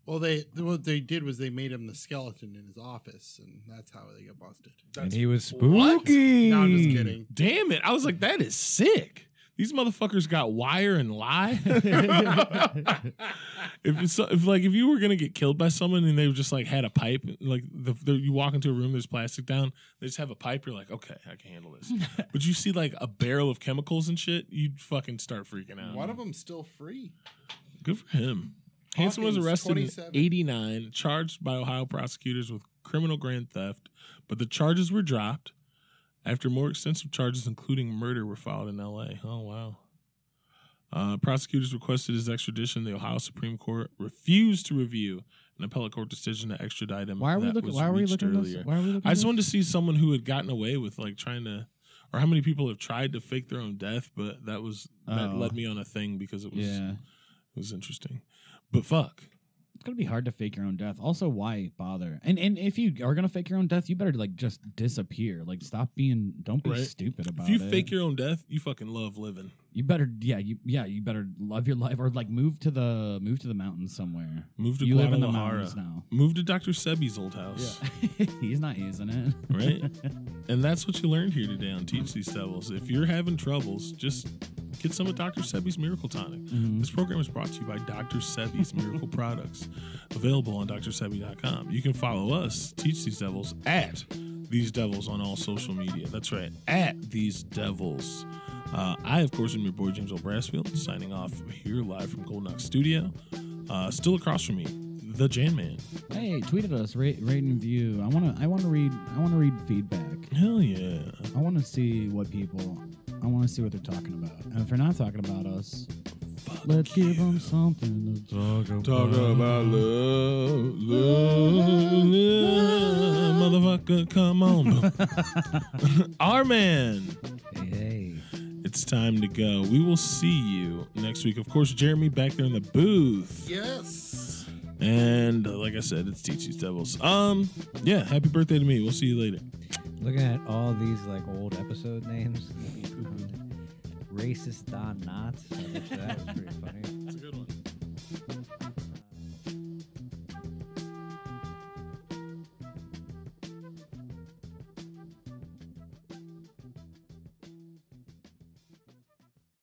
Speaker 3: Well, they what they did was they made him the skeleton in his office, and that's how they got busted.
Speaker 6: and he was
Speaker 5: What?
Speaker 6: spooky.
Speaker 3: No, I'm just
Speaker 5: Hmm.
Speaker 3: kidding.
Speaker 5: damn it i was like that is sick these motherfuckers got wire and lie [laughs] if it's if like if you were gonna get killed by someone and they just like had a pipe like the, the, you walk into a room there's plastic down they just have a pipe you're like okay i can handle this but you see like a barrel of chemicals and shit you'd fucking start freaking out
Speaker 3: One of them's still free.
Speaker 5: Good for him. Hanson was
Speaker 3: Hawkins,
Speaker 5: arrested in
Speaker 3: 27.
Speaker 5: 89, charged by Ohio prosecutors with criminal grand theft, but the charges were dropped after more extensive charges, including murder, were filed in LA. Oh, wow. Uh, prosecutors requested his extradition. The Ohio Supreme Court refused to review an appellate court decision to extradite him.
Speaker 7: Why are we
Speaker 5: that
Speaker 7: looking?
Speaker 5: was
Speaker 7: Why are we
Speaker 5: reached
Speaker 7: looking? This,
Speaker 5: earlier.
Speaker 7: why are we looking?
Speaker 5: I just
Speaker 7: this-
Speaker 5: wanted to see someone who had gotten away with like trying to, or how many people have tried to fake their own death, but that was, that
Speaker 4: Oh.
Speaker 5: led me on a thing because it was.
Speaker 4: Yeah,
Speaker 5: It was interesting. But fuck.
Speaker 4: it's gonna be hard to fake your own death. Also, why bother? And and if you are gonna fake your own death, you better like just disappear. Like stop being, don't be
Speaker 5: Right.
Speaker 4: stupid about
Speaker 5: If you
Speaker 4: it.
Speaker 5: fake your own death, you fucking love living.
Speaker 4: you better yeah you yeah you better love your life or like move to the move to the mountains somewhere.
Speaker 5: Move to
Speaker 4: you live in the
Speaker 5: Guadalajara.
Speaker 4: mountains now. [laughs]
Speaker 5: Move to Dr. Sebi's old house.
Speaker 4: He's not using it. [laughs]
Speaker 5: Right? and that's what you learned here today on Teach These Devils. If you're having troubles, just get some of Dr. Sebi's Miracle Tonic. This program is brought to you by Dr. Sebi's Miracle Products, available on drsebi.com. You can follow us, Teach These Devils, at These Devils on all social media. That's right, at These Devils. Uh, I, of course, am your boy James O'Brassfield, signing off here live from Gold Knox Studio. Uh, still across from me, the Jan Man.
Speaker 4: Hey, tweet at us, rate, rate and review. I wanna I wanna read I wanna read feedback.
Speaker 5: Hell yeah.
Speaker 4: I wanna see what people I wanna see what they're talking about. And if they're not talking about us,
Speaker 5: Fuck
Speaker 4: let's
Speaker 5: you.
Speaker 4: give them something to talk about.
Speaker 5: Talk about love, love,
Speaker 4: [laughs]
Speaker 5: love. Motherfucker, come on. [laughs] Our man,
Speaker 6: Hey,
Speaker 5: it's time to go. We will see you next week. Of course, Jeremy back there in the booth.
Speaker 3: Yes.
Speaker 5: And uh, like I said, it's Teachy's Devils. Um, yeah, happy birthday to me. We'll see you later.
Speaker 6: looking at all these like old
Speaker 4: [laughs]
Speaker 6: episode names. Racist Don Knotts. I thought That was pretty funny.